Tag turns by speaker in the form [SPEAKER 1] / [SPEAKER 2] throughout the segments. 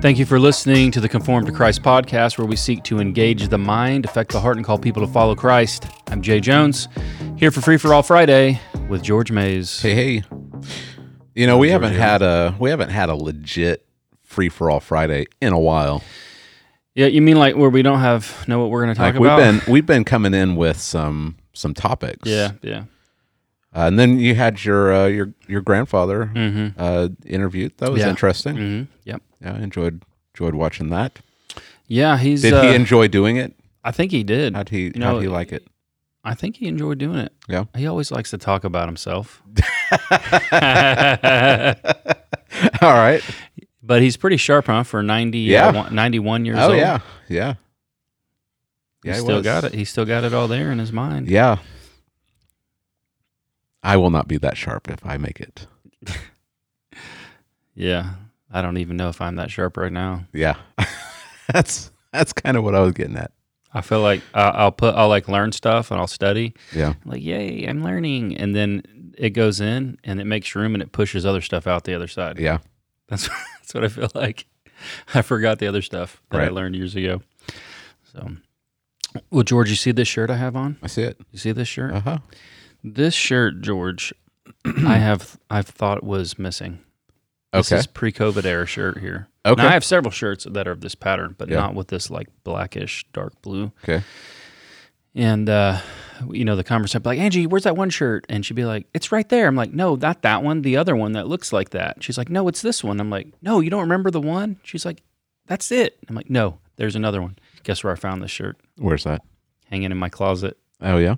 [SPEAKER 1] Thank you for listening to the Conform to Christ podcast, where we seek to engage the mind, affect the heart, and call people to follow Christ. I'm Jay Jones, here for Free for All Friday with George Mays.
[SPEAKER 2] Hey, hey. You know, we haven't had a we haven't had a legit free for all Friday in a while.
[SPEAKER 1] Yeah, you mean like where we don't have know what we're going to talk
[SPEAKER 2] Like we've
[SPEAKER 1] about?
[SPEAKER 2] been we've been coming in with some some topics.
[SPEAKER 1] yeah, yeah.
[SPEAKER 2] Uh, and then you had your uh, your your grandfather uh, interviewed. That was
[SPEAKER 1] Mm-hmm. Yeah.
[SPEAKER 2] interesting.
[SPEAKER 1] hmm Yep.
[SPEAKER 2] Yeah, I enjoyed enjoyed watching that.
[SPEAKER 1] Yeah, he's.
[SPEAKER 2] Did
[SPEAKER 1] uh,
[SPEAKER 2] he enjoy doing it?
[SPEAKER 1] I think he did.
[SPEAKER 2] How'd he
[SPEAKER 1] know,
[SPEAKER 2] how'd he like it?
[SPEAKER 1] I think he enjoyed doing it.
[SPEAKER 2] Yeah.
[SPEAKER 1] He always likes to talk about himself,
[SPEAKER 2] all right.
[SPEAKER 1] but he's pretty sharp, huh? For ninety, uh,
[SPEAKER 2] Yeah.
[SPEAKER 1] one- ninety-one years
[SPEAKER 2] Oh
[SPEAKER 1] old.
[SPEAKER 2] yeah. Yeah.
[SPEAKER 1] he
[SPEAKER 2] he
[SPEAKER 1] still
[SPEAKER 2] was.
[SPEAKER 1] got it. He still got it all there in his mind.
[SPEAKER 2] Yeah. I will not be that sharp if I make it.
[SPEAKER 1] Yeah. I don't even know if I'm that sharp right now.
[SPEAKER 2] Yeah. that's that's kind of what I was getting at.
[SPEAKER 1] I feel like I- I'll put, I'll like learn stuff and I'll study.
[SPEAKER 2] Yeah.
[SPEAKER 1] Like, yay, I'm learning. And then it goes in and it makes room and it pushes other stuff out the other side.
[SPEAKER 2] Yeah.
[SPEAKER 1] That's, that's what I feel like. I forgot the other stuff that I
[SPEAKER 2] Right.
[SPEAKER 1] learned years ago. So, well, George, you see this shirt I have on?
[SPEAKER 2] I see it.
[SPEAKER 1] You see this shirt?
[SPEAKER 2] Uh-huh.
[SPEAKER 1] This shirt, George, I have, I've thought was missing. This
[SPEAKER 2] Okay.
[SPEAKER 1] is pre-COVID era shirt here.
[SPEAKER 2] Okay.
[SPEAKER 1] Now, I have several shirts that are of this pattern, but
[SPEAKER 2] Yeah.
[SPEAKER 1] not with this like blackish dark blue.
[SPEAKER 2] okay.
[SPEAKER 1] And uh, you know, the conversation like, Angie, where's that one shirt? And she'd be like, It's right there. I'm like, No, not that one. The other one that looks like that. She's like, No, it's this one. I'm like, No, you don't remember the one? She's like, That's it. I'm like, No, there's another one. Guess where I found this shirt?
[SPEAKER 2] Where's that?
[SPEAKER 1] Hanging in my closet.
[SPEAKER 2] Oh yeah.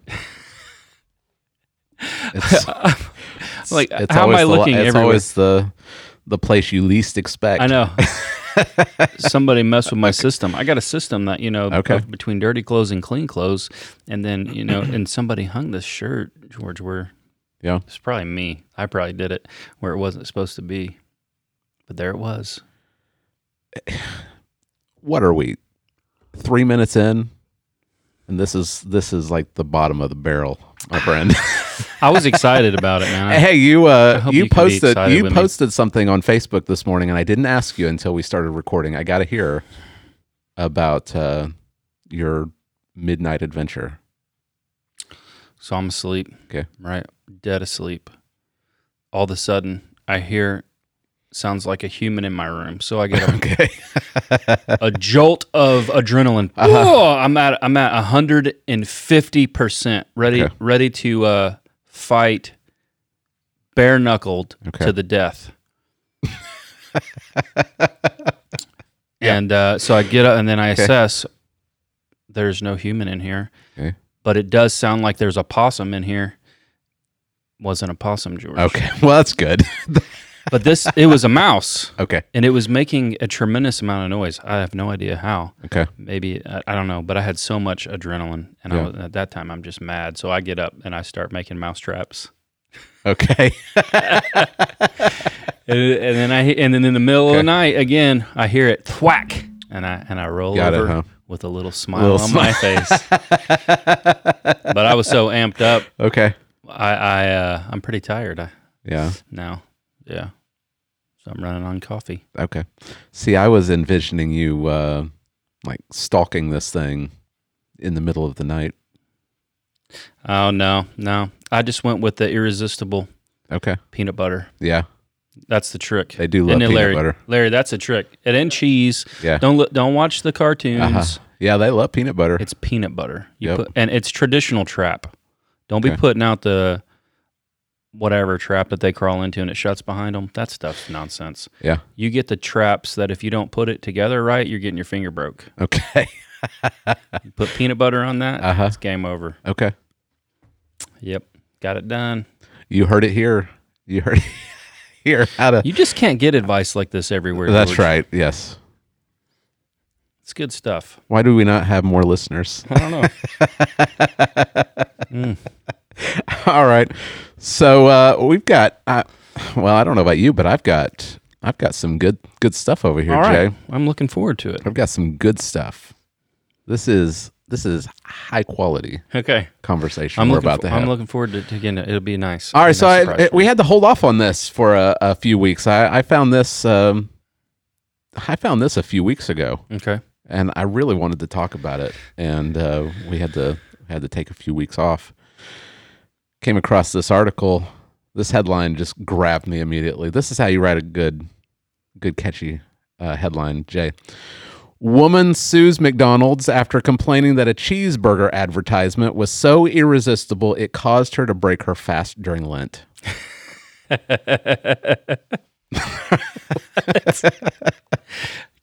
[SPEAKER 2] It's,
[SPEAKER 1] Like, how am
[SPEAKER 2] always
[SPEAKER 1] I
[SPEAKER 2] the la-
[SPEAKER 1] looking
[SPEAKER 2] It's
[SPEAKER 1] everywhere?
[SPEAKER 2] always the the place you least expect.
[SPEAKER 1] I know. Somebody messed with my system. I got a system that you know
[SPEAKER 2] Okay.
[SPEAKER 1] of- between dirty clothes and clean clothes, and then you know, and somebody hung this shirt, George. Where
[SPEAKER 2] Yeah.
[SPEAKER 1] it's probably me. I probably did it where it wasn't supposed to be, but there it was.
[SPEAKER 2] What are we? Three minutes in, and this is this is like the bottom of the barrel, my friend.
[SPEAKER 1] I was excited about it, man.
[SPEAKER 2] hey, you uh,
[SPEAKER 1] hope you
[SPEAKER 2] you,
[SPEAKER 1] can be
[SPEAKER 2] posted
[SPEAKER 1] excited
[SPEAKER 2] you
[SPEAKER 1] with me.
[SPEAKER 2] posted something on Facebook this morning, and I didn't ask you until we started recording. I got to hear about uh, your midnight adventure.
[SPEAKER 1] So I'm asleep.
[SPEAKER 2] Okay.
[SPEAKER 1] Right. Dead asleep. All of a sudden, I hear sounds like a human in my room. So I get up
[SPEAKER 2] Okay.
[SPEAKER 1] a jolt of adrenaline.
[SPEAKER 2] Uh-huh.
[SPEAKER 1] Whoa, I'm at I'm at 150 percent ready
[SPEAKER 2] Okay.
[SPEAKER 1] ready to uh, fight bare knuckled
[SPEAKER 2] Okay.
[SPEAKER 1] to the death. And uh, so I get up and then I assess. There's no human in here,
[SPEAKER 2] Okay.
[SPEAKER 1] but it does sound like there's a possum in here. Wasn't a possum, George.
[SPEAKER 2] Okay. Well, that's good.
[SPEAKER 1] But this it was a mouse,
[SPEAKER 2] okay.
[SPEAKER 1] and it was making a tremendous amount of noise. I have no idea how
[SPEAKER 2] Okay.
[SPEAKER 1] maybe I, I don't know, but I had so much adrenaline, and I
[SPEAKER 2] Yeah.
[SPEAKER 1] was, at that time I'm just mad. So I get up and I start making mouse traps,
[SPEAKER 2] Okay.
[SPEAKER 1] and, and then I and then in the middle of the
[SPEAKER 2] Okay.
[SPEAKER 1] night again I hear it thwack, and I and I roll
[SPEAKER 2] Got it,
[SPEAKER 1] over
[SPEAKER 2] huh?
[SPEAKER 1] with a little smile
[SPEAKER 2] Little
[SPEAKER 1] on my face. but I was so amped up,
[SPEAKER 2] Okay.
[SPEAKER 1] I, I uh, I'm pretty tired I,
[SPEAKER 2] Yeah.
[SPEAKER 1] now. Yeah, so I'm running on coffee.
[SPEAKER 2] Okay. See, I was envisioning you uh, like stalking this thing in the middle of the night.
[SPEAKER 1] Oh no, no, I just went with the irresistible
[SPEAKER 2] Okay.
[SPEAKER 1] peanut butter.
[SPEAKER 2] Yeah.
[SPEAKER 1] That's the trick.
[SPEAKER 2] They do love
[SPEAKER 1] And then
[SPEAKER 2] peanut
[SPEAKER 1] Larry,
[SPEAKER 2] butter.
[SPEAKER 1] Larry, that's a trick. And then cheese.
[SPEAKER 2] Yeah.
[SPEAKER 1] Don't look, don't watch the cartoons.
[SPEAKER 2] Yeah, they love peanut butter.
[SPEAKER 1] It's peanut butter. You
[SPEAKER 2] Yep.
[SPEAKER 1] put and it's traditional trap. Don't be
[SPEAKER 2] Okay.
[SPEAKER 1] putting out the whatever trap that they crawl into and it shuts behind them. That stuff's nonsense.
[SPEAKER 2] yeah.
[SPEAKER 1] You get the traps that if you don't put it together right, you're getting your finger broke.
[SPEAKER 2] Okay.
[SPEAKER 1] You put peanut butter on that,
[SPEAKER 2] Uh-huh.
[SPEAKER 1] it's game over.
[SPEAKER 2] Okay.
[SPEAKER 1] Yep. Got it done.
[SPEAKER 2] You heard it here. You heard it here how to
[SPEAKER 1] You just can't get advice like this everywhere.
[SPEAKER 2] That's
[SPEAKER 1] George.
[SPEAKER 2] right. Yes.
[SPEAKER 1] It's good stuff.
[SPEAKER 2] Why do we not have more listeners?
[SPEAKER 1] I don't know.
[SPEAKER 2] All right. So uh, we've got uh, well, I don't know about you, but I've got I've got some good good stuff over here,
[SPEAKER 1] All
[SPEAKER 2] Jay.
[SPEAKER 1] right. I'm looking forward to it.
[SPEAKER 2] I've got some good stuff. This is this is high quality
[SPEAKER 1] Okay.
[SPEAKER 2] conversation
[SPEAKER 1] I'm
[SPEAKER 2] we're
[SPEAKER 1] looking
[SPEAKER 2] about
[SPEAKER 1] for-
[SPEAKER 2] to have.
[SPEAKER 1] I'm looking forward to, to getting it. It'll be nice.
[SPEAKER 2] All
[SPEAKER 1] Be a
[SPEAKER 2] right, so
[SPEAKER 1] nice
[SPEAKER 2] I,
[SPEAKER 1] surprise
[SPEAKER 2] I-
[SPEAKER 1] for
[SPEAKER 2] we
[SPEAKER 1] me.
[SPEAKER 2] had to hold off on this for a, a few weeks. I, I found this um, I found this a few weeks ago,
[SPEAKER 1] Okay.
[SPEAKER 2] and I really wanted to talk about it, and uh, we had to had to take a few weeks off. Came across this article. This headline just grabbed me immediately. This is how you write a good, good catchy uh, headline. Jay, woman sues McDonald's after complaining that a cheeseburger advertisement was so irresistible it caused her to break her fast during Lent.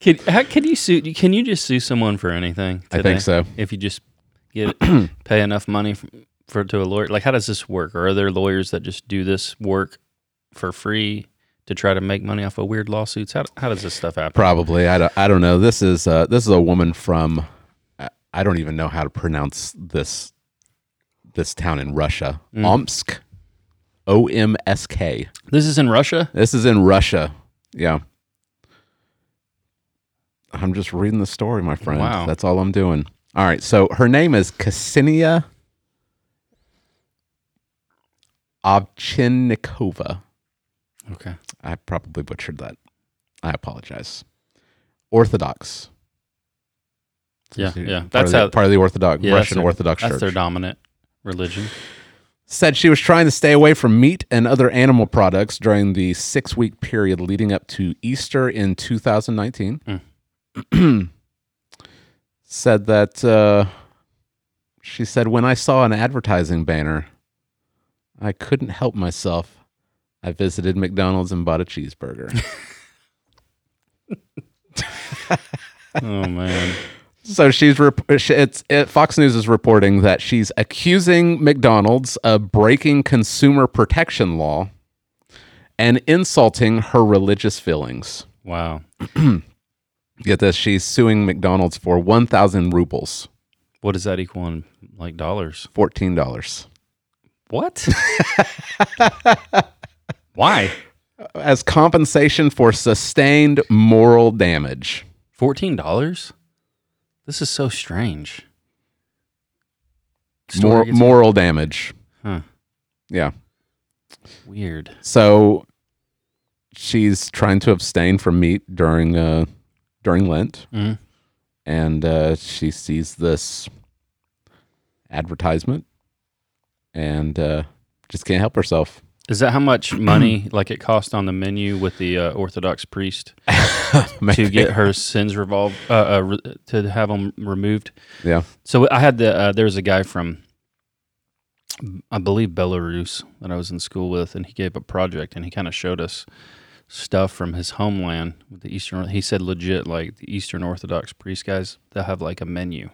[SPEAKER 1] Can
[SPEAKER 2] uh,
[SPEAKER 1] how can you sue? Can you just sue someone for anything?
[SPEAKER 2] I
[SPEAKER 1] today?
[SPEAKER 2] think so.
[SPEAKER 1] If you just get pay enough money for, for to a lawyer, like how does this work? Or are there lawyers that just do this work for free to try to make money off of weird lawsuits? How how does this stuff happen?
[SPEAKER 2] Probably. I don't, I don't know. This is uh, this is a woman from I- I don't even know how to pronounce this this town in Russia. Omsk. O M S K.
[SPEAKER 1] This is in Russia.
[SPEAKER 2] This is in Russia. Yeah. I'm just reading the story, my friend.
[SPEAKER 1] Wow.
[SPEAKER 2] That's all I'm doing. All right. So her name is Ksenia Ovchinnikova.
[SPEAKER 1] Okay.
[SPEAKER 2] I probably butchered that. I apologize. Orthodox.
[SPEAKER 1] Yeah, yeah.
[SPEAKER 2] Part
[SPEAKER 1] That's
[SPEAKER 2] of the,
[SPEAKER 1] how
[SPEAKER 2] part of the Orthodox
[SPEAKER 1] yeah, that's
[SPEAKER 2] Russian
[SPEAKER 1] their-
[SPEAKER 2] Orthodox
[SPEAKER 1] That's
[SPEAKER 2] Church
[SPEAKER 1] their dominant religion.
[SPEAKER 2] said she was trying to stay away from meat and other animal products during the six week period leading up to Easter in 2019. said that uh, she said, When I saw an advertising banner, I couldn't help myself. I visited McDonald's and bought a cheeseburger.
[SPEAKER 1] Oh man.
[SPEAKER 2] So she's rep- sh- it's it, Fox News is reporting that she's accusing McDonald's of breaking consumer protection law and insulting her religious feelings.
[SPEAKER 1] Wow.
[SPEAKER 2] Get this, she's suing McDonald's for 1000 rubles,
[SPEAKER 1] What does that equal in like dollars?
[SPEAKER 2] $14,
[SPEAKER 1] What? Why?
[SPEAKER 2] as compensation for sustained moral damage.
[SPEAKER 1] Fourteen dollars? This is so strange. Story
[SPEAKER 2] Mor-
[SPEAKER 1] gets
[SPEAKER 2] moral damage.
[SPEAKER 1] Huh.
[SPEAKER 2] Yeah.
[SPEAKER 1] weird.
[SPEAKER 2] So she's trying to abstain from meat during uh during Lent.
[SPEAKER 1] Mhm.
[SPEAKER 2] And uh she sees this advertisement and uh just can't help herself.
[SPEAKER 1] Is that how much money like it cost on the menu with the uh, Orthodox priest to get her sins revolved uh, uh, re- to have them removed?
[SPEAKER 2] yeah.
[SPEAKER 1] So I had the uh, there was a guy from I believe Belarus that I was in school with, and he gave a project, and he kind of showed us stuff from his homeland with the Eastern. He said legit like the Eastern Orthodox priest guys they'll have like a menu.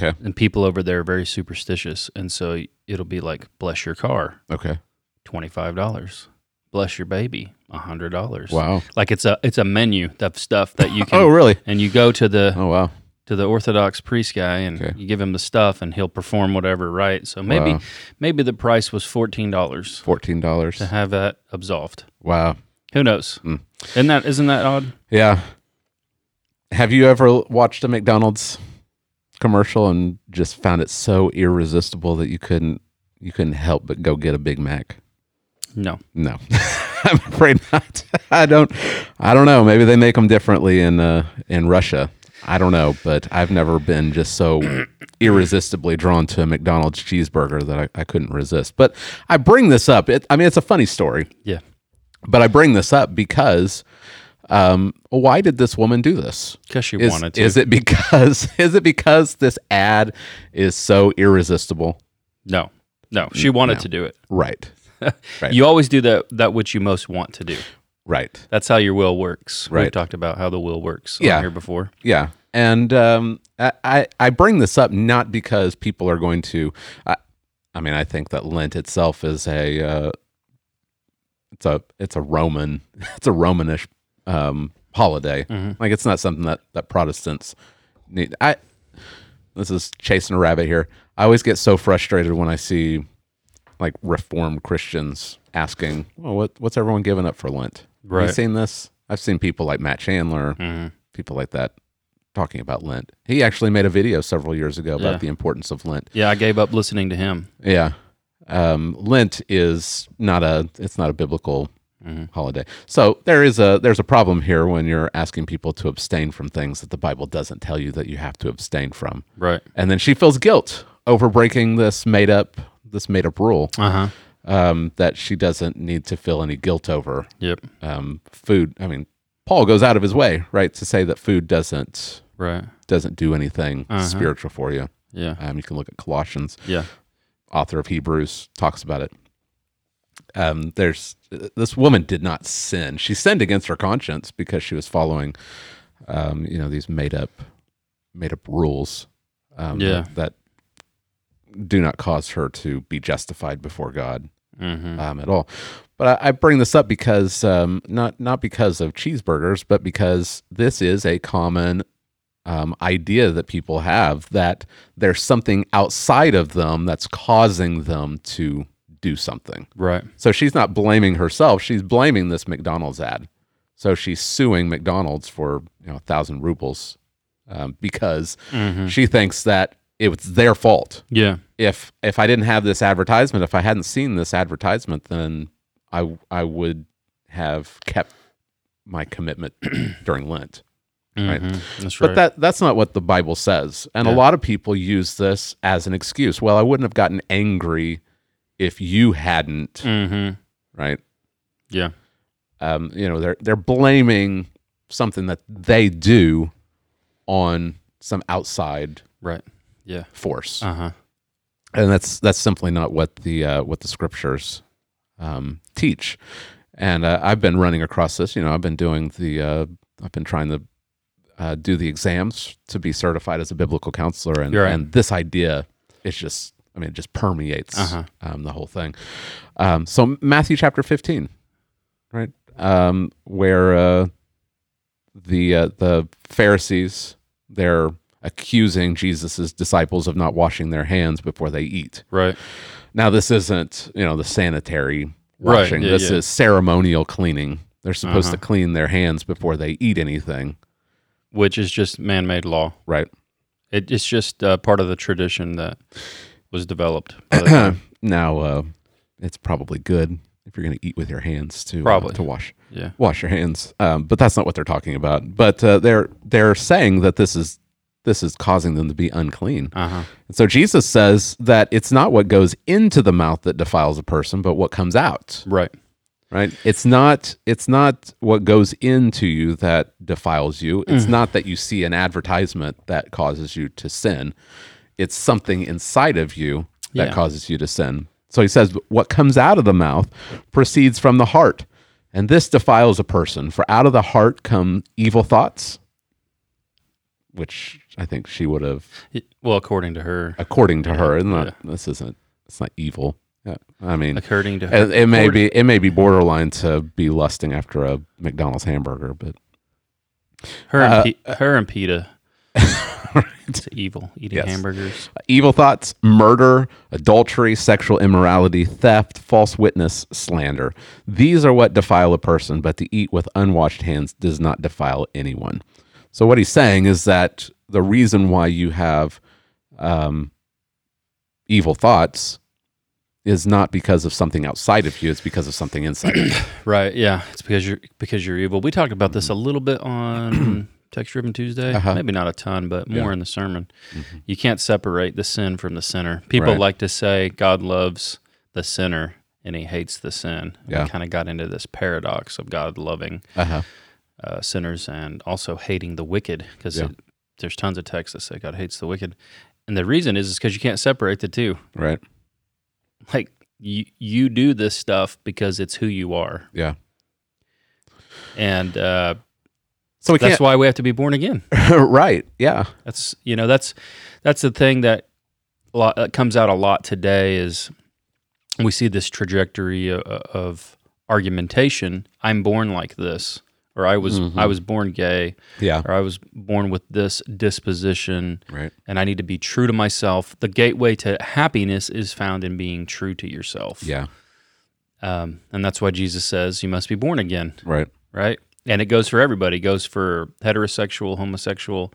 [SPEAKER 2] Okay.
[SPEAKER 1] And people over there are very superstitious, and so it'll be like bless your car,
[SPEAKER 2] Okay.
[SPEAKER 1] twenty five dollars. Bless your baby, hundred dollars.
[SPEAKER 2] Wow.
[SPEAKER 1] Like it's a it's a menu of stuff that you can.
[SPEAKER 2] Oh really?
[SPEAKER 1] And you go to the
[SPEAKER 2] Oh wow.
[SPEAKER 1] to the Orthodox priest guy, and
[SPEAKER 2] Okay.
[SPEAKER 1] you give him the stuff, and he'll perform whatever right. So maybe
[SPEAKER 2] Wow.
[SPEAKER 1] maybe the price was fourteen dollars
[SPEAKER 2] Fourteen dollars.
[SPEAKER 1] to have that absolved.
[SPEAKER 2] Wow.
[SPEAKER 1] Who knows?
[SPEAKER 2] Mm.
[SPEAKER 1] Isn't that isn't that odd?
[SPEAKER 2] Yeah. Have you ever watched a McDonald's commercial and just found it so irresistible that you couldn't you couldn't help but go get a Big Mac?
[SPEAKER 1] No,
[SPEAKER 2] No. I'm afraid not. I don't I don't know. Maybe they make them differently in uh in Russia. I don't know, but I've never been just so irresistibly drawn to a McDonald's cheeseburger that I, I couldn't resist. But I bring this up. It, I mean, it's a funny story.
[SPEAKER 1] yeah,
[SPEAKER 2] But I bring this up because um, why did this woman do this?
[SPEAKER 1] because she
[SPEAKER 2] Is,
[SPEAKER 1] wanted to.
[SPEAKER 2] is it because is it because this ad is so irresistible?
[SPEAKER 1] no, no, she
[SPEAKER 2] Mm,
[SPEAKER 1] wanted to do it.
[SPEAKER 2] Right. Right.
[SPEAKER 1] You always do that that which you most want to do.
[SPEAKER 2] Right.
[SPEAKER 1] That's how your will works. We've
[SPEAKER 2] Right.
[SPEAKER 1] talked about how the will works on
[SPEAKER 2] Yeah.
[SPEAKER 1] here before.
[SPEAKER 2] Yeah. And um, I- I I bring this up not because people are going to. I, I mean, I think that Lent itself is a uh, it's a it's a Roman it's a Romanish um, holiday. Like it's not something that that Protestants need. I this is chasing a rabbit here. I always get so frustrated when I see like Reformed Christians asking, "Well, what what's everyone giving up for Lent?" Have you
[SPEAKER 1] Right. Mm-hmm.
[SPEAKER 2] seen this? I've seen people like Matt Chandler, people like that talking about Lent. He actually made a video several years ago about
[SPEAKER 1] Yeah.
[SPEAKER 2] the importance of Lent.
[SPEAKER 1] Yeah, I gave up listening to him.
[SPEAKER 2] Yeah. Um, Lent is not a it's not a biblical holiday. So there is a there's a problem here when you're asking people to abstain from things that the Bible doesn't tell you that you have to abstain from.
[SPEAKER 1] Right.
[SPEAKER 2] And then she feels guilt over breaking this made up this made up rule
[SPEAKER 1] Uh huh.
[SPEAKER 2] um, that she doesn't need to feel any guilt over.
[SPEAKER 1] Yep.
[SPEAKER 2] Um, food. I mean, Paul goes out of his way, right, to say that food doesn't
[SPEAKER 1] Right.
[SPEAKER 2] doesn't do anything spiritual for you.
[SPEAKER 1] Yeah.
[SPEAKER 2] Um, you can look at Colossians
[SPEAKER 1] Yeah.
[SPEAKER 2] author of Hebrews, talks about it. Um, there's this woman did not sin. She sinned against her conscience because she was following, um, you know, these made up, made up rules. Um,
[SPEAKER 1] Yeah.
[SPEAKER 2] That, that do not cause her to be justified before God
[SPEAKER 1] Mm-hmm.
[SPEAKER 2] um, at all. But I, I bring this up because um, not not because of cheeseburgers, but because this is a common um, idea that people have that there's something outside of them that's causing them to do something.
[SPEAKER 1] Right.
[SPEAKER 2] So she's not blaming herself; she's blaming this McDonald's ad. So she's suing McDonald's for you know a thousand rubles um, because
[SPEAKER 1] Mm-hmm.
[SPEAKER 2] she thinks that it was their fault
[SPEAKER 1] Yeah.
[SPEAKER 2] if if I didn't have this advertisement, if I hadn't seen this advertisement, then I I would have kept my commitment during Lent. Right.
[SPEAKER 1] Mhm. That's right.
[SPEAKER 2] But that that's not what the Bible says. And a
[SPEAKER 1] Yeah.
[SPEAKER 2] lot of people use this as an excuse. Well, I wouldn't have gotten angry if you hadn't,
[SPEAKER 1] Mm-hmm.
[SPEAKER 2] right?
[SPEAKER 1] Yeah.
[SPEAKER 2] Um, you know, they're they're blaming something that they do on some outside
[SPEAKER 1] Right. Yeah.
[SPEAKER 2] force.
[SPEAKER 1] Uh huh.
[SPEAKER 2] and that's that's simply not what the uh, what the scriptures um, teach. And uh, I've been running across this. You know, I've been doing the uh, I've been trying to uh, do the exams to be certified as a biblical counselor, and
[SPEAKER 1] You're right.
[SPEAKER 2] and this idea is just I mean it just permeates
[SPEAKER 1] Uh-huh.
[SPEAKER 2] um, the whole thing. Um, so Matthew chapter fifteen, right, um, where uh, the uh, the Pharisees they're accusing Jesus's disciples of not washing their hands before they eat.
[SPEAKER 1] Right.
[SPEAKER 2] Now this isn't you know the sanitary
[SPEAKER 1] Right,
[SPEAKER 2] washing.
[SPEAKER 1] yeah,
[SPEAKER 2] this
[SPEAKER 1] yeah. Uh-huh.
[SPEAKER 2] is ceremonial cleaning. They're supposed to clean their hands before they eat anything,
[SPEAKER 1] Which is just man-made law.
[SPEAKER 2] right?
[SPEAKER 1] It, it's just uh, part of the tradition that was developed. By the time.
[SPEAKER 2] Now uh, it's probably good if you're going to eat with your hands to uh,
[SPEAKER 1] Probably.
[SPEAKER 2] to wash
[SPEAKER 1] yeah.
[SPEAKER 2] wash your hands. Um, but that's not what they're talking about. But uh, they're they're saying that this is this is causing them to be unclean.
[SPEAKER 1] Uh huh.
[SPEAKER 2] And so Jesus says that it's not what goes into the mouth that defiles a person, but what comes out.
[SPEAKER 1] Right.
[SPEAKER 2] Right? It's not it's not what goes into you that defiles you. It's not that you see an advertisement that causes you to sin. It's something inside of you that
[SPEAKER 1] Yeah.
[SPEAKER 2] causes you to sin. So he says what comes out of the mouth proceeds from the heart. And this defiles a person, for out of the heart come evil thoughts, which I think she would have
[SPEAKER 1] Y- Well, according to her,
[SPEAKER 2] according to her. It's not, This isn't. It's not evil. Yeah, I mean,
[SPEAKER 1] according to her,
[SPEAKER 2] it, it may be. It may be borderline to be lusting after a McDonald's hamburger, but
[SPEAKER 1] her, and,
[SPEAKER 2] uh,
[SPEAKER 1] Pe- her and PETA, it's evil eating
[SPEAKER 2] Yes.
[SPEAKER 1] hamburgers.
[SPEAKER 2] evil thoughts, murder, adultery, sexual immorality, theft, false witness, slander. These are what defile a person, but to eat with unwashed hands does not defile anyone. So what he's saying is that the reason why you have um, evil thoughts is not because of something outside of you; it's because of something inside of you.
[SPEAKER 1] Right. Yeah. It's because you're because you're evil. We talked about this a little bit on Text Driven Tuesday.
[SPEAKER 2] Uh-huh. Mm-hmm.
[SPEAKER 1] Maybe not a ton, but more in the sermon. You can't separate the sin from the sinner. People
[SPEAKER 2] Right.
[SPEAKER 1] like to say God loves the sinner and He hates the sin. And
[SPEAKER 2] Yeah.
[SPEAKER 1] We kind of got into this paradox of God loving
[SPEAKER 2] Uh-huh.
[SPEAKER 1] uh, sinners and also hating the wicked because
[SPEAKER 2] Yeah.
[SPEAKER 1] there's tons of texts that say God hates the wicked, and the reason is is because you can't separate the two.
[SPEAKER 2] Right.
[SPEAKER 1] Like you you do this stuff because it's who you are,
[SPEAKER 2] Yeah.
[SPEAKER 1] and uh,
[SPEAKER 2] So we
[SPEAKER 1] that's
[SPEAKER 2] can't.
[SPEAKER 1] why we have to be born again.
[SPEAKER 2] right. Yeah.
[SPEAKER 1] That's you know that's that's the thing that a lot that comes out a lot today is we see this trajectory of, of argumentation. I'm born like this, or I was
[SPEAKER 2] Mm-hmm.
[SPEAKER 1] I was born gay,
[SPEAKER 2] Yeah.
[SPEAKER 1] or I was born with this disposition,
[SPEAKER 2] Right.
[SPEAKER 1] and I need to be true to myself. The gateway to happiness is found in being true to yourself.
[SPEAKER 2] Yeah.
[SPEAKER 1] Um, and that's why Jesus says you must be born again,
[SPEAKER 2] Right.
[SPEAKER 1] right? And it goes for everybody. It goes for heterosexual, homosexual.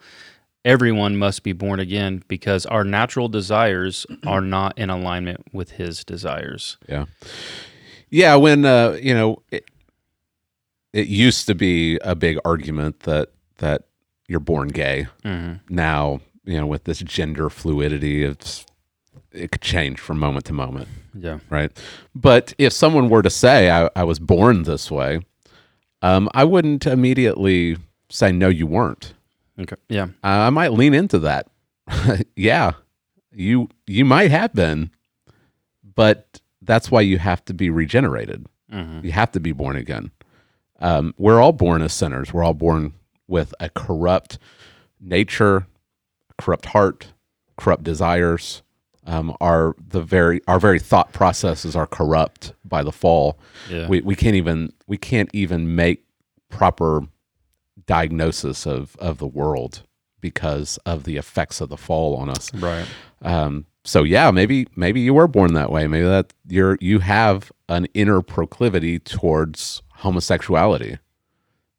[SPEAKER 1] Everyone must be born again because our natural desires are not in alignment with his desires.
[SPEAKER 2] Yeah. Yeah. When uh, you know, it, it used to be a big argument that that you're born gay.
[SPEAKER 1] Mhm.
[SPEAKER 2] Now, you know, with this gender fluidity, it's it could change from moment to moment,
[SPEAKER 1] Yeah.
[SPEAKER 2] right? But if someone were to say I, I was born this way, um, I wouldn't immediately say no, you weren't.
[SPEAKER 1] Okay. Yeah.
[SPEAKER 2] I might lean into that. yeah, you you might have been, but that's why you have to be regenerated.
[SPEAKER 1] Mhm.
[SPEAKER 2] You have to be born again. Um, we're all born as sinners. We're all born with a corrupt nature, corrupt heart, corrupt desires. Um, our the very our very thought processes are corrupt by the fall.
[SPEAKER 1] Yeah.
[SPEAKER 2] We we can't even we can't even make proper diagnosis of of the world because of the effects of the fall on us.
[SPEAKER 1] right.
[SPEAKER 2] Um, so yeah, maybe maybe you were born that way. Maybe that you're you have an inner proclivity towards homosexuality.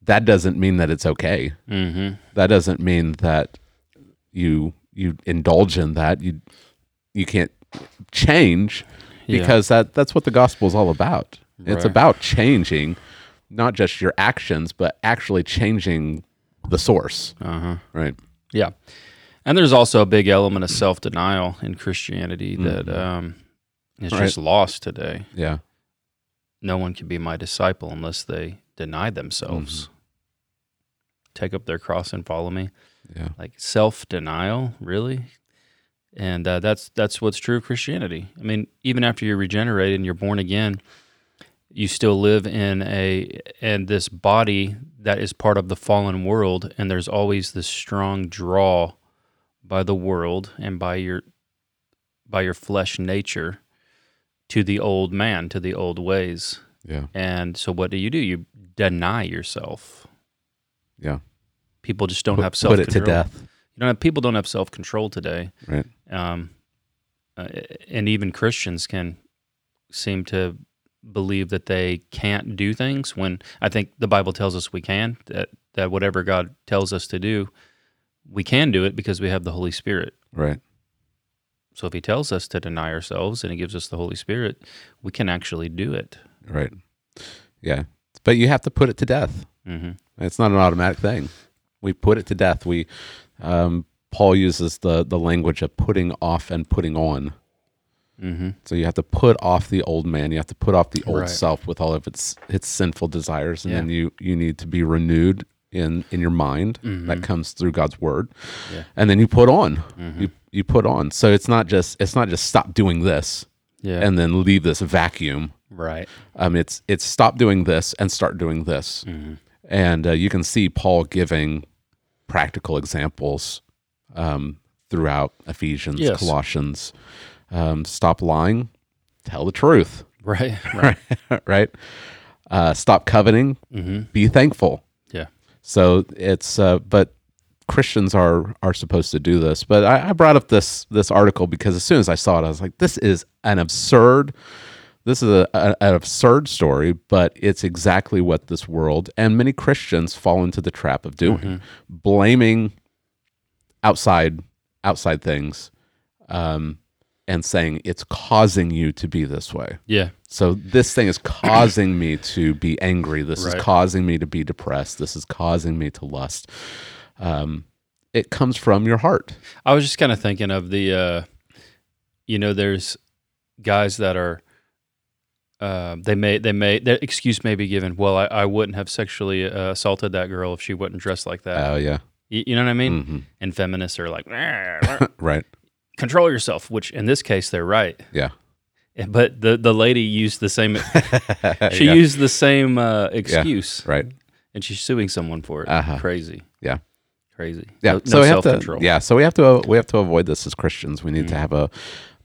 [SPEAKER 2] That doesn't mean that it's okay.
[SPEAKER 1] Mm-hmm.
[SPEAKER 2] That doesn't mean that you you indulge in that. You you can't change
[SPEAKER 1] Yeah.
[SPEAKER 2] because that that's what the gospel is all about.
[SPEAKER 1] Right.
[SPEAKER 2] It's about changing not just your actions, but actually changing the source.
[SPEAKER 1] Uh huh.
[SPEAKER 2] Right.
[SPEAKER 1] Yeah. And there's also a big element of self denial in Christianity that um, is
[SPEAKER 2] Right.
[SPEAKER 1] just lost today.
[SPEAKER 2] Yeah.
[SPEAKER 1] No one can be my disciple unless they deny themselves, take up their cross, and follow me.
[SPEAKER 2] Yeah.
[SPEAKER 1] Like self denial, really? And uh, that's that's what's true of Christianity. I mean, even after you're regenerated and you're born again, you still live in a and this body that is part of the fallen world and there's always this strong draw by the world and by your by your flesh nature to the old man to the old ways
[SPEAKER 2] Yeah.
[SPEAKER 1] and so what do you do you deny yourself
[SPEAKER 2] Yeah.
[SPEAKER 1] people just don't have self
[SPEAKER 2] Put it to death.
[SPEAKER 1] you don't have people don't have self control today
[SPEAKER 2] Right.
[SPEAKER 1] um, uh, and even Christians can seem to believe that they can't do things when I think the Bible tells us we can that that whatever God tells us to do, we can do it because we have the Holy Spirit.
[SPEAKER 2] Right.
[SPEAKER 1] So if He tells us to deny ourselves and He gives us the Holy Spirit, we can actually do it.
[SPEAKER 2] Right. Yeah. But you have to put it to death.
[SPEAKER 1] hmm
[SPEAKER 2] It's not an automatic thing. We put it to death. We um, Paul uses the the language of putting off and putting on.
[SPEAKER 1] hmm
[SPEAKER 2] So you have to put off the old man. You have to put off the old
[SPEAKER 1] Right.
[SPEAKER 2] self with all of its its sinful desires, and
[SPEAKER 1] Yeah.
[SPEAKER 2] then you you need to be renewed in in your mind. That comes through God's word,
[SPEAKER 1] Mm-hmm. Yeah. Mm-hmm.
[SPEAKER 2] and then you put on. You you put on. So it's not just it's not just stop doing this
[SPEAKER 1] Yeah.
[SPEAKER 2] and then leave this vacuum.
[SPEAKER 1] right.
[SPEAKER 2] Um, it's it's stop doing this and start doing this, and uh, you can see Paul giving practical examples um, throughout Ephesians,
[SPEAKER 1] Yes.
[SPEAKER 2] Colossians. Um, stop lying, tell the truth,
[SPEAKER 1] Right. Right.
[SPEAKER 2] right? Uh, stop coveting, be thankful.
[SPEAKER 1] Yeah.
[SPEAKER 2] So it's uh, but Christians are are supposed to do this. But I, I brought up this this article because as soon as I saw it, I was like, this is an absurd. This is a, a- an absurd story, but it's exactly what this world and many Christians fall into the trap of doing, blaming outside outside things, um, and saying it's causing you to be this way.
[SPEAKER 1] Yeah.
[SPEAKER 2] So this thing is causing me to be angry. This
[SPEAKER 1] Right.
[SPEAKER 2] is causing me to be depressed. This is causing me to lust. Um, it comes from your heart.
[SPEAKER 1] I was just kind of thinking of the, uh, you know, there's guys that are, uh, they may, they may, their excuse may be given, well, I, I wouldn't have sexually uh, assaulted that girl if she wasn't dressed like that.
[SPEAKER 2] Oh yeah,
[SPEAKER 1] Y- you know what I mean?
[SPEAKER 2] Mhm.
[SPEAKER 1] And feminists are like, "Rah, rah."
[SPEAKER 2] right.
[SPEAKER 1] control yourself, which in this case, they're right. Eh,
[SPEAKER 2] Yeah.
[SPEAKER 1] But the, the lady used the same, she
[SPEAKER 2] Yeah.
[SPEAKER 1] used the same uh, excuse
[SPEAKER 2] right.
[SPEAKER 1] and she's suing someone for it.
[SPEAKER 2] Uh-huh.
[SPEAKER 1] Crazy.
[SPEAKER 2] Yeah.
[SPEAKER 1] Crazy.
[SPEAKER 2] Yeah.
[SPEAKER 1] No,
[SPEAKER 2] so
[SPEAKER 1] no
[SPEAKER 2] we have to.
[SPEAKER 1] self-control. Mm.
[SPEAKER 2] Yeah. So we have to. We have to avoid this as Christians. We need to have a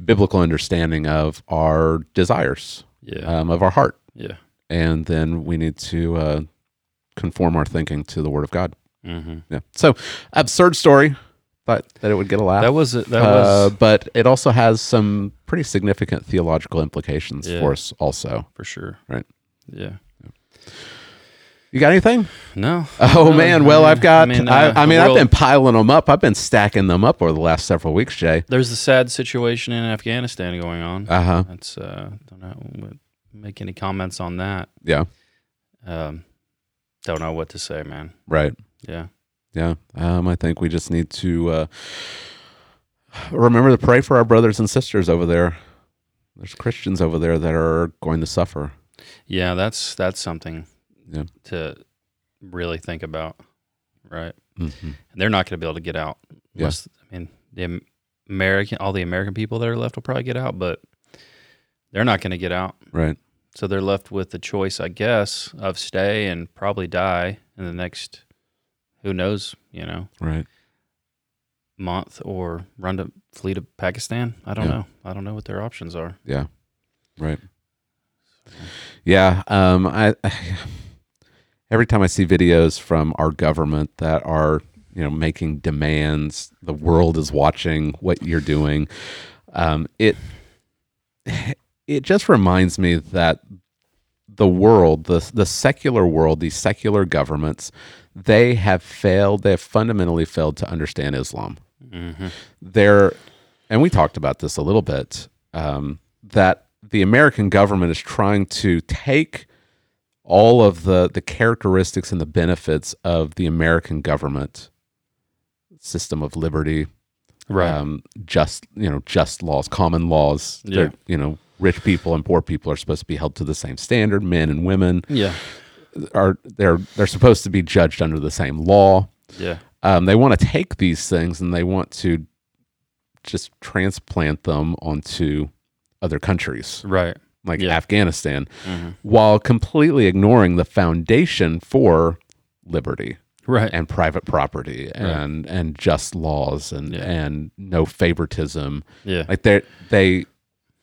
[SPEAKER 2] biblical understanding of our desires,
[SPEAKER 1] Yeah.
[SPEAKER 2] um, of our heart,
[SPEAKER 1] yeah.
[SPEAKER 2] and then we need to uh, conform our thinking to the Word of God.
[SPEAKER 1] Mm-hmm.
[SPEAKER 2] Yeah. So absurd story. Thought that it would get a laugh.
[SPEAKER 1] That was, a- that
[SPEAKER 2] Uh,
[SPEAKER 1] was,
[SPEAKER 2] but it also has some pretty significant theological implications
[SPEAKER 1] Yeah.
[SPEAKER 2] for us also
[SPEAKER 1] for sure.
[SPEAKER 2] right
[SPEAKER 1] Yeah.
[SPEAKER 2] you got anything
[SPEAKER 1] No.
[SPEAKER 2] oh
[SPEAKER 1] Really,
[SPEAKER 2] man
[SPEAKER 1] I
[SPEAKER 2] well
[SPEAKER 1] mean-
[SPEAKER 2] i've got i
[SPEAKER 1] mean,
[SPEAKER 2] mean,
[SPEAKER 1] uh,
[SPEAKER 2] I, mean
[SPEAKER 1] the
[SPEAKER 2] i've
[SPEAKER 1] world-
[SPEAKER 2] been piling them up i've been stacking them up over the last several weeks jay
[SPEAKER 1] There's the sad situation in Afghanistan going on.
[SPEAKER 2] uh-huh
[SPEAKER 1] That's uh, don't know, make any comments on that.
[SPEAKER 2] yeah
[SPEAKER 1] Um, Don't know what to say, man.
[SPEAKER 2] Right.
[SPEAKER 1] Yeah.
[SPEAKER 2] Yeah. Um, I think we just need to uh, remember to pray for our brothers and sisters over there. There's Christians over there that are going to suffer.
[SPEAKER 1] Yeah, that's that's something
[SPEAKER 2] Yeah.
[SPEAKER 1] to really think about. Right.
[SPEAKER 2] Mm-hmm.
[SPEAKER 1] They're not going to be able to get out.
[SPEAKER 2] Yeah.
[SPEAKER 1] Most- I mean, the Am- American all the American people that are left will probably get out, but they're not going to get out.
[SPEAKER 2] Right.
[SPEAKER 1] So they're left with the choice, I guess, of stay and probably die in the next who knows, you know,
[SPEAKER 2] Right.
[SPEAKER 1] month or run to flee to Pakistan. I don't
[SPEAKER 2] Yeah.
[SPEAKER 1] know. I don't know what their options are.
[SPEAKER 2] Yeah. Right. Yeah. Um, I, every time I see videos from our government that are you know making demands, the world is watching what you're doing. Um, it it just reminds me that the world, the the secular world, these secular governments, they have failed. They have fundamentally failed to understand Islam
[SPEAKER 1] Mm-hmm.
[SPEAKER 2] there, and we talked about this a little bit, um, that the American government is trying to take all of the, the characteristics and the benefits of the American government system of liberty,
[SPEAKER 1] Right.
[SPEAKER 2] um, just you know, just laws, common laws.
[SPEAKER 1] Yeah.
[SPEAKER 2] They're, You know, rich people and poor people are supposed to be held to the same standard. Men and women
[SPEAKER 1] yeah.
[SPEAKER 2] are they're they're supposed to be judged under the same law
[SPEAKER 1] Yeah.
[SPEAKER 2] um, they want to take these things and they want to just transplant them onto other countries
[SPEAKER 1] Right.
[SPEAKER 2] like
[SPEAKER 1] Yeah.
[SPEAKER 2] Afghanistan
[SPEAKER 1] Mm-hmm.
[SPEAKER 2] while completely ignoring the foundation for liberty
[SPEAKER 1] Right.
[SPEAKER 2] and private property and and just laws and
[SPEAKER 1] Yeah.
[SPEAKER 2] and no favoritism
[SPEAKER 1] yeah.
[SPEAKER 2] like they they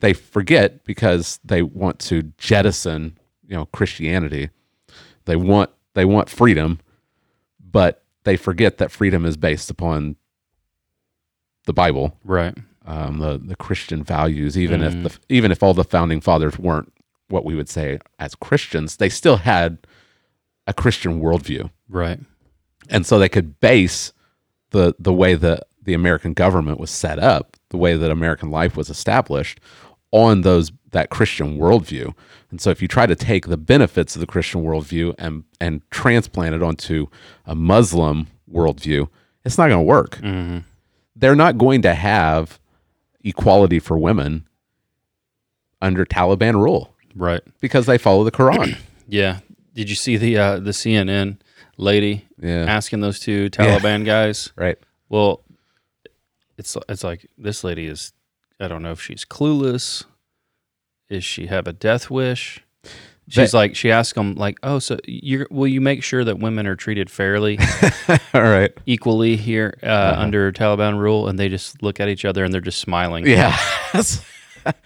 [SPEAKER 2] they forget because they want to jettison you know christianity they want they want freedom but they forget that freedom is based upon the bible
[SPEAKER 1] right.
[SPEAKER 2] um, the, the christian values even if the, even if all the founding fathers weren't what we would say as christians they still had a christian worldview
[SPEAKER 1] Right.
[SPEAKER 2] and so they could base the the way that the American government was set up, the way that American life was established, on those that Christian worldview. And so, if you try to take the benefits of the Christian worldview and and transplant it onto a Muslim worldview, it's not going to work.
[SPEAKER 1] Mm-hmm.
[SPEAKER 2] They're not going to have equality for women under Taliban rule
[SPEAKER 1] Right.
[SPEAKER 2] because they follow the Quran.
[SPEAKER 1] Yeah. Did you see the uh, the CNN lady
[SPEAKER 2] yeah,
[SPEAKER 1] asking those two Taliban guys?
[SPEAKER 2] right.
[SPEAKER 1] Well, it's it's like this lady is. I don't know if she's clueless. Is she have a death wish? She's like she asked them like, oh, so you will you make sure that women are treated fairly,
[SPEAKER 2] All right.
[SPEAKER 1] equally here uh, under Taliban rule? And they just look at each other and they're just smiling.
[SPEAKER 2] Yeah.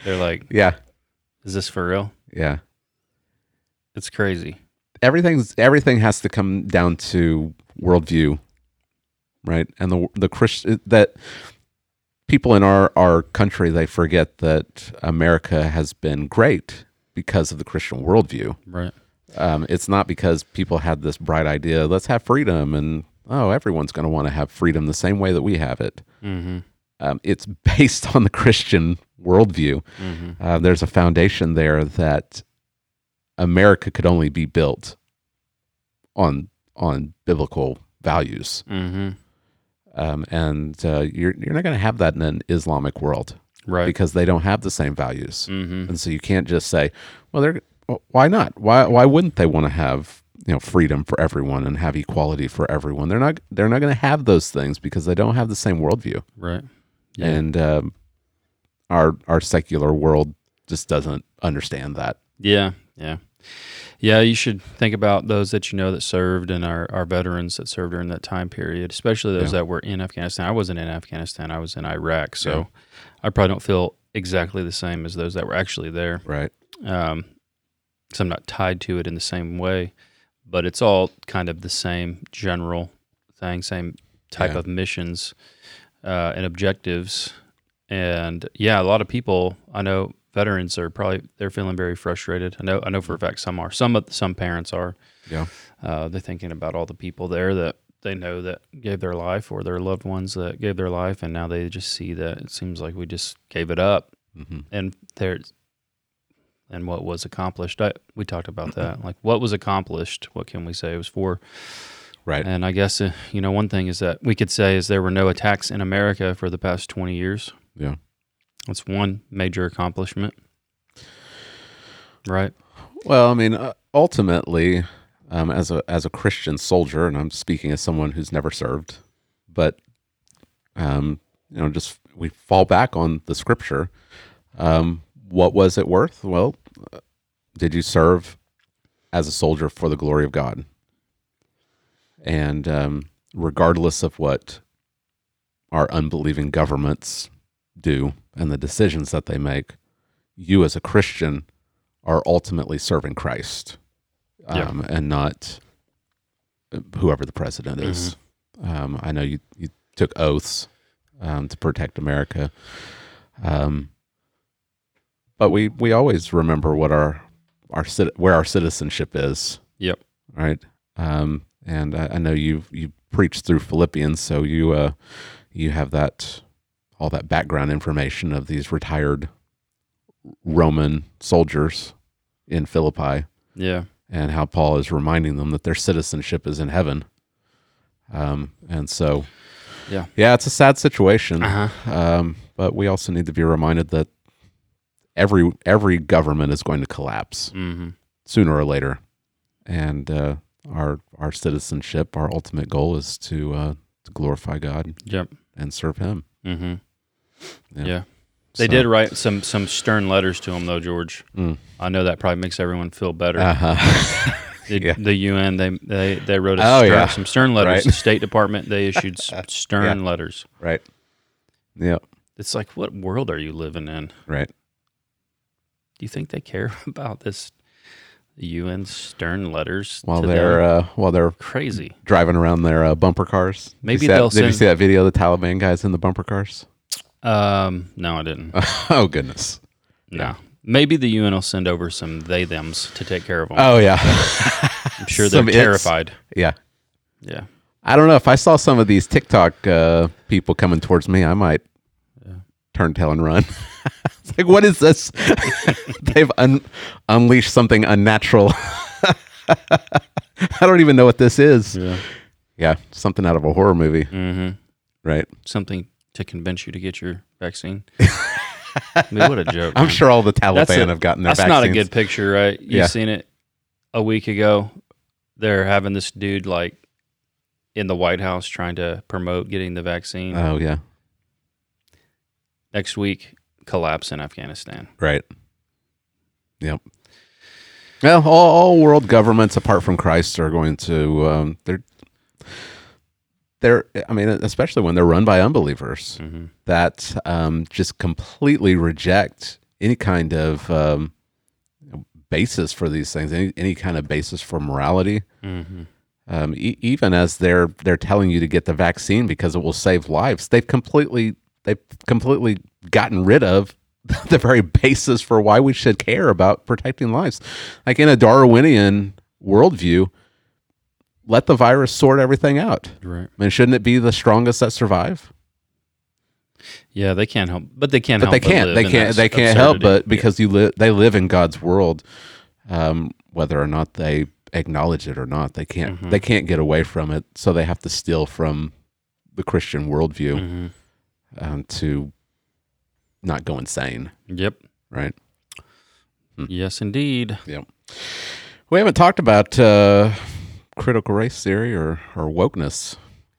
[SPEAKER 1] They're like,
[SPEAKER 2] yeah.
[SPEAKER 1] is this for real?
[SPEAKER 2] Yeah.
[SPEAKER 1] It's crazy.
[SPEAKER 2] everything's everything has to come down to worldview, right? And the the Christ that people in our our country they forget that America has been great because of the Christian worldview.
[SPEAKER 1] Right.
[SPEAKER 2] Um, it's not because people had this bright idea, let's have freedom, and oh, everyone's going to want to have freedom the same way that we have it.
[SPEAKER 1] Mm-hmm.
[SPEAKER 2] Um, it's based on the Christian worldview.
[SPEAKER 1] Mm-hmm.
[SPEAKER 2] Uh, there's a foundation there that America could only be built on on biblical values,
[SPEAKER 1] Mm-hmm.
[SPEAKER 2] um, and uh, you're you're not going to have that in an Islamic world
[SPEAKER 1] Right.
[SPEAKER 2] because they don't have the same values,
[SPEAKER 1] mm-hmm.
[SPEAKER 2] and so you can't just say, well, they're why not? Why why wouldn't they want to have you know freedom for everyone and have equality for everyone? They're not they're not going to have those things because they don't have the same worldview
[SPEAKER 1] Right. Yeah.
[SPEAKER 2] and um, our our secular world just doesn't understand that.
[SPEAKER 1] Yeah. Yeah. Yeah. You should think about those that you know that served and our, our veterans that served during that time period, especially those that were in Afghanistan. I wasn't in Afghanistan, I was in Iraq. So I probably don't feel exactly the same as those that were actually there.
[SPEAKER 2] Right.
[SPEAKER 1] Um, so I'm not tied to it in the same way, but it's all kind of the same general thing, same type
[SPEAKER 2] Yeah.
[SPEAKER 1] of missions uh, and objectives. And yeah, a lot of people I know veterans are probably they're feeling very frustrated. I know I know for a fact some are. Some of- some parents are.
[SPEAKER 2] Yeah.
[SPEAKER 1] Uh, they're thinking about all the people there that they know that gave their life or their loved ones that gave their life, and now they just see that it seems like we just gave it up
[SPEAKER 2] hmm
[SPEAKER 1] and there's and what was accomplished. I, we talked about that. Like what was accomplished? What can we say it was for?
[SPEAKER 2] Right.
[SPEAKER 1] And I guess uh, you know one thing is that we could say is there were no attacks in America for the past 20 years.
[SPEAKER 2] Yeah.
[SPEAKER 1] That's one major accomplishment. Right?
[SPEAKER 2] Well, I mean, uh, ultimately, um, as a as a Christian soldier, and I'm speaking as someone who's never served, but um, you know, just we fall back on the scripture. Um, what was it worth? Well, uh, did you serve as a soldier for the glory of God? And um, regardless of what our unbelieving governments do and the decisions that they make, you as a Christian are ultimately serving Christ
[SPEAKER 1] Yeah.
[SPEAKER 2] um, and not uh, whoever the president is.
[SPEAKER 1] Mm-hmm.
[SPEAKER 2] Um, I know you, you took oaths um, to protect America. Um, but we, we always remember what our, our cit- where our citizenship is
[SPEAKER 1] Yep.
[SPEAKER 2] right? Um, and I, I know you you preach through Philippians, so you uh, you have that all that background information of these retired Roman soldiers in Philippi,
[SPEAKER 1] Yeah.
[SPEAKER 2] and how Paul is reminding them that their citizenship is in heaven. Um, and so,
[SPEAKER 1] Yeah.
[SPEAKER 2] yeah, it's a sad situation.
[SPEAKER 1] Uh-huh.
[SPEAKER 2] Um, but we also need to be reminded that every every government is going to collapse
[SPEAKER 1] Mhm.
[SPEAKER 2] sooner or later. And uh, our our citizenship, our ultimate goal is to uh, to glorify God
[SPEAKER 1] Yep.
[SPEAKER 2] and serve Him.
[SPEAKER 1] Mhm.
[SPEAKER 2] Yeah.
[SPEAKER 1] Yeah. They
[SPEAKER 2] So-
[SPEAKER 1] did write some some stern letters to him though, George.
[SPEAKER 2] Mm.
[SPEAKER 1] I know that probably makes everyone feel better.
[SPEAKER 2] Uh-huh.
[SPEAKER 1] the,
[SPEAKER 2] yeah.
[SPEAKER 1] the UN they they they wrote a
[SPEAKER 2] Oh,
[SPEAKER 1] stern,
[SPEAKER 2] yeah.
[SPEAKER 1] some stern letters.
[SPEAKER 2] Right.
[SPEAKER 1] The State Department they issued s- stern letters.
[SPEAKER 2] right. Yeah.
[SPEAKER 1] It's like what world are you living in?
[SPEAKER 2] Right.
[SPEAKER 1] Do you think they care about this UN stern letters?
[SPEAKER 2] While
[SPEAKER 1] to
[SPEAKER 2] they're
[SPEAKER 1] them?
[SPEAKER 2] uh, while they're
[SPEAKER 1] crazy,
[SPEAKER 2] driving around their uh, bumper cars. Did you
[SPEAKER 1] Maybe
[SPEAKER 2] see that-
[SPEAKER 1] they'll
[SPEAKER 2] Did you
[SPEAKER 1] send-
[SPEAKER 2] see that video of the Taliban guys in the bumper cars?
[SPEAKER 1] um, no, I didn't.
[SPEAKER 2] oh goodness.
[SPEAKER 1] No, maybe the UN will send over some they them's to take care of them.
[SPEAKER 2] Oh yeah.
[SPEAKER 1] I'm sure they're
[SPEAKER 2] some it's.
[SPEAKER 1] terrified.
[SPEAKER 2] yeah.
[SPEAKER 1] Yeah,
[SPEAKER 2] I don't know if I saw some of these TikTok uh, people coming towards me, I might turn tail and run. it's like, what is this? They've un- unleashed something unnatural. I don't even know what this is.
[SPEAKER 1] yeah,
[SPEAKER 2] Yeah, something out of a horror movie,
[SPEAKER 1] hmm
[SPEAKER 2] right?
[SPEAKER 1] something to convince you to get your vaccine. I mean, what a joke!
[SPEAKER 2] I'm
[SPEAKER 1] man.
[SPEAKER 2] sure all the Taliban
[SPEAKER 1] That's a-
[SPEAKER 2] have gotten their
[SPEAKER 1] That's
[SPEAKER 2] vaccines.
[SPEAKER 1] not a good picture, right? You
[SPEAKER 2] Yeah.
[SPEAKER 1] have seen it a week ago. They're having this dude like in the White House trying to promote getting the vaccine.
[SPEAKER 2] Oh yeah,
[SPEAKER 1] Next week, collapse in Afghanistan.
[SPEAKER 2] right. Yep. Well, all, all world governments apart from Christ are going to um, they're they're I mean, especially when they're run by unbelievers.
[SPEAKER 1] Mhm.
[SPEAKER 2] that um, just completely reject any kind of um, basis for these things, any, any kind of basis for morality.
[SPEAKER 1] Mhm.
[SPEAKER 2] Um, e- even as they're they're telling you to get the vaccine because it will save lives, they've completely they've completely gotten rid of the very basis for why we should care about protecting lives. Like in a Darwinian worldview, let the virus sort everything out.
[SPEAKER 1] Right.
[SPEAKER 2] I mean, shouldn't it be the strongest that survive?
[SPEAKER 1] Yeah, they can't help, but they can't.
[SPEAKER 2] but
[SPEAKER 1] help
[SPEAKER 2] they
[SPEAKER 1] live
[SPEAKER 2] can't they
[SPEAKER 1] in
[SPEAKER 2] can't
[SPEAKER 1] that
[SPEAKER 2] they can't help
[SPEAKER 1] absurdity.
[SPEAKER 2] but because you live they live in god's world um, whether or not they acknowledge it or not they can't
[SPEAKER 1] Mhm.
[SPEAKER 2] they can't get away from it so they have to steal from the christian
[SPEAKER 1] Yeah.
[SPEAKER 2] worldview
[SPEAKER 1] Mhm.
[SPEAKER 2] um, to not go insane
[SPEAKER 1] Yep.
[SPEAKER 2] right
[SPEAKER 1] Yes, indeed.
[SPEAKER 2] we haven't talked about uh, critical race theory or, or wokeness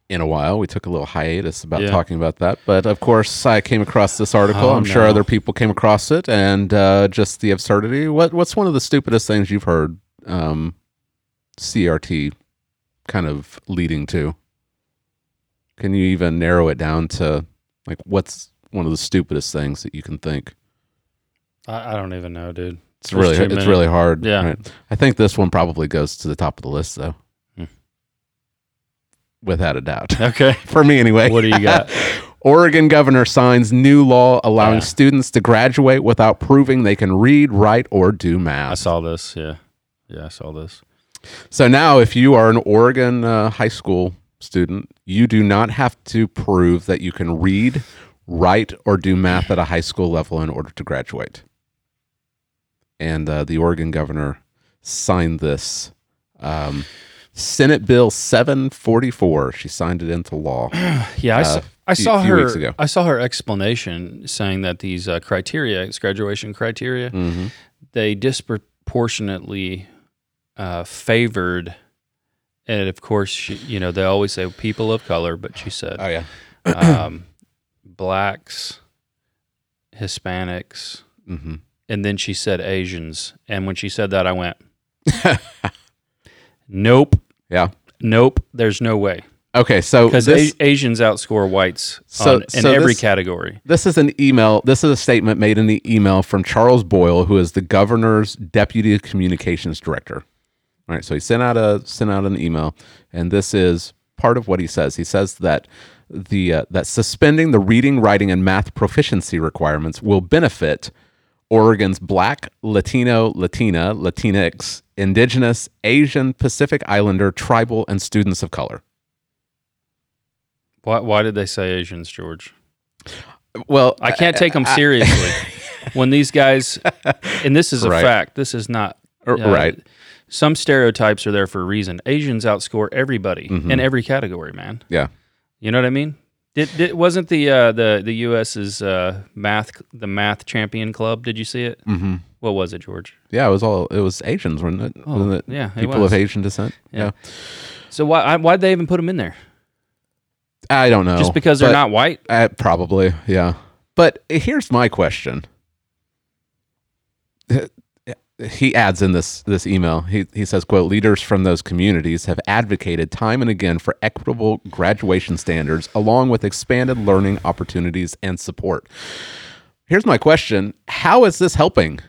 [SPEAKER 2] in a while we took a little hiatus about
[SPEAKER 1] Yeah.
[SPEAKER 2] talking about that but of course i came across this article
[SPEAKER 1] Oh,
[SPEAKER 2] i'm sure
[SPEAKER 1] no.
[SPEAKER 2] other people came across it and uh, just the absurdity what what's one of the stupidest things you've heard um, crt kind of leading to can you even narrow it down to like what's one of the stupidest things that you can think
[SPEAKER 1] I, I don't even know, dude.
[SPEAKER 2] it's
[SPEAKER 1] There's
[SPEAKER 2] really
[SPEAKER 1] too
[SPEAKER 2] it's
[SPEAKER 1] many.
[SPEAKER 2] really hard.
[SPEAKER 1] Yeah.
[SPEAKER 2] right? I think this one probably goes to the top of the list though,
[SPEAKER 1] Hmm.
[SPEAKER 2] without a doubt.
[SPEAKER 1] Okay.
[SPEAKER 2] For me, anyway.
[SPEAKER 1] What do you got?
[SPEAKER 2] Oregon governor signs new law allowing
[SPEAKER 1] Yeah.
[SPEAKER 2] students to graduate without proving they can read, write, or do math.
[SPEAKER 1] I saw this. Yeah. Yeah, I saw this.
[SPEAKER 2] So now, if you are an Oregon uh, high school student, you do not have to prove that you can read, write, or do math at a high school level in order to graduate. and uh, the Oregon governor signed this um, Senate Bill 744. She signed it into law.
[SPEAKER 1] Yeah, I,
[SPEAKER 2] uh,
[SPEAKER 1] saw, I
[SPEAKER 2] few-
[SPEAKER 1] saw
[SPEAKER 2] few
[SPEAKER 1] her.
[SPEAKER 2] weeks ago.
[SPEAKER 1] I saw her explanation saying that these uh, criteria, it's graduation criteria,
[SPEAKER 2] Mhm.
[SPEAKER 1] they disproportionately uh, favored, and of course, she, you know, they always say people of color, but she said
[SPEAKER 2] Oh yeah,
[SPEAKER 1] um, blacks, Hispanics,
[SPEAKER 2] hmm
[SPEAKER 1] and then she said Asians. And when she said that, I went, "Nope,
[SPEAKER 2] yeah.
[SPEAKER 1] nope, there's no way."
[SPEAKER 2] Okay, so
[SPEAKER 1] Because
[SPEAKER 2] this,
[SPEAKER 1] Asians outscore whites
[SPEAKER 2] So-
[SPEAKER 1] on, in
[SPEAKER 2] so
[SPEAKER 1] every
[SPEAKER 2] this-
[SPEAKER 1] category.
[SPEAKER 2] This is an email. This is a statement made in the email from Charles Boyle, who is the governor's deputy communications director. All right, so he sent out a sent out an email, and this is part of what he says. He says that the uh, that suspending the reading, writing, and math proficiency requirements will benefit Oregon's Black, Latino, Latina, Latinx, Indigenous, Asian, Pacific Islander, tribal, and students of color.
[SPEAKER 1] Why, why did they say Asians, George?
[SPEAKER 2] Well,
[SPEAKER 1] I can't take them seriously. when these guys, and this is a
[SPEAKER 2] Right.
[SPEAKER 1] fact, this is not uh,
[SPEAKER 2] R- er, right.
[SPEAKER 1] Some stereotypes are there for a reason. Asians outscore everybody
[SPEAKER 2] Mm-hmm.
[SPEAKER 1] in every category, man.
[SPEAKER 2] yeah.
[SPEAKER 1] You know what I mean? Did, did wasn't the uh, the the U.S.'s uh, math the math champion club? Did you see it? Mm-hmm. What was it, George?
[SPEAKER 2] Yeah, it was all it was Asians, wasn't it? wasn't it?
[SPEAKER 1] Oh, yeah, it
[SPEAKER 2] people
[SPEAKER 1] was.
[SPEAKER 2] of Asian descent. Yeah,
[SPEAKER 1] So why I, why'd they even put them in there?
[SPEAKER 2] I don't know.
[SPEAKER 1] Just because they're
[SPEAKER 2] Oh, but-
[SPEAKER 1] not white?
[SPEAKER 2] uh, probably. Yeah, but here's my question. He adds in this this email. He he says, "quote Leaders from those communities have advocated time and again for equitable graduation standards, along with expanded learning opportunities and support." Here's my question: How is this helping?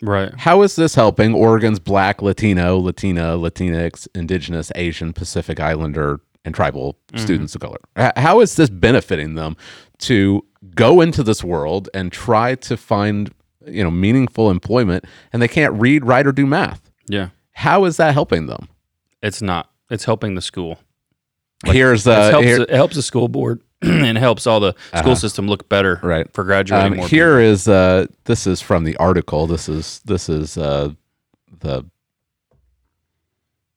[SPEAKER 1] Right.
[SPEAKER 2] How is this helping Oregon's Black, Latino, Latina, Latinx, Indigenous, Asian, Pacific Islander, and tribal students of color? H- How is this benefiting them to go into this world and try to find you know meaningful employment, and they can't read, write, or do math?
[SPEAKER 1] Yeah.
[SPEAKER 2] How is that helping them?
[SPEAKER 1] It's not. It's helping the school.
[SPEAKER 2] Here's
[SPEAKER 1] It
[SPEAKER 2] uh,
[SPEAKER 1] helps,
[SPEAKER 2] here- Uh-huh.
[SPEAKER 1] it helps the school board and helps all the school system look better
[SPEAKER 2] Right.
[SPEAKER 1] for graduating
[SPEAKER 2] Um,
[SPEAKER 1] more.
[SPEAKER 2] here is uh, this is from the article. This is this is uh, the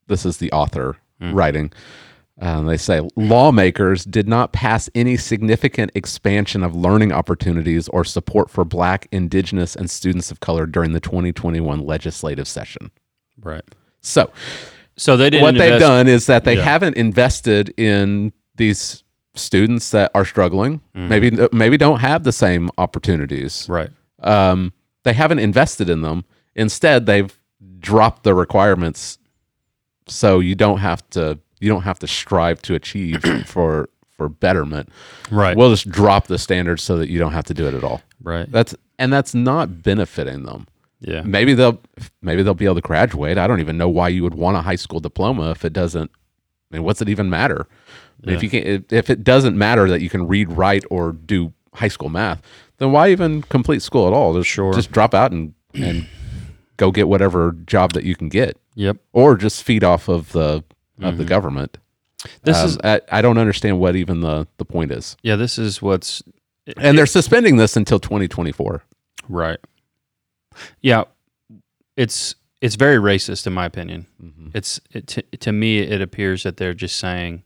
[SPEAKER 2] this is the author
[SPEAKER 1] Hmm.
[SPEAKER 2] writing. Um, they say lawmakers did not pass any significant expansion of learning opportunities or support for Black, Indigenous, and students of color during the 2021 legislative session.
[SPEAKER 1] people. right.
[SPEAKER 2] So,
[SPEAKER 1] So they didn't.
[SPEAKER 2] what they've
[SPEAKER 1] invest-
[SPEAKER 2] done is that they
[SPEAKER 1] Yeah.
[SPEAKER 2] haven't invested in these students that are struggling.
[SPEAKER 1] Hmm.
[SPEAKER 2] Maybe maybe don't have the same opportunities
[SPEAKER 1] right?
[SPEAKER 2] um, they haven't invested in them. Instead, they've dropped the requirements, so you don't have to you don't have to strive to achieve for for betterment.
[SPEAKER 1] Right.
[SPEAKER 2] We'll just drop the standards so that you don't have to do it at all.
[SPEAKER 1] right.
[SPEAKER 2] That's and that's not benefiting them.
[SPEAKER 1] Yeah.
[SPEAKER 2] Maybe they'll maybe they'll be able to graduate. I don't even know why you would want a high school diploma if it doesn't. I mean, what's it even matter? I mean, If you can, if, if it doesn't matter that you can read, write, or do high school math, then why even complete school at all? Just,
[SPEAKER 1] Sure.
[SPEAKER 2] just drop out and and go get whatever job that you can get,
[SPEAKER 1] Yep.
[SPEAKER 2] or just feed off of the of the government.
[SPEAKER 1] Mm-hmm. This
[SPEAKER 2] Um,
[SPEAKER 1] is
[SPEAKER 2] I, I don't understand what even the the point is,
[SPEAKER 1] yeah. This is what's
[SPEAKER 2] and they're suspending this until 2024.
[SPEAKER 1] right. Yeah. It's it's very racist in my opinion.
[SPEAKER 2] Mm-hmm.
[SPEAKER 1] It's it, to, to me it appears that they're just saying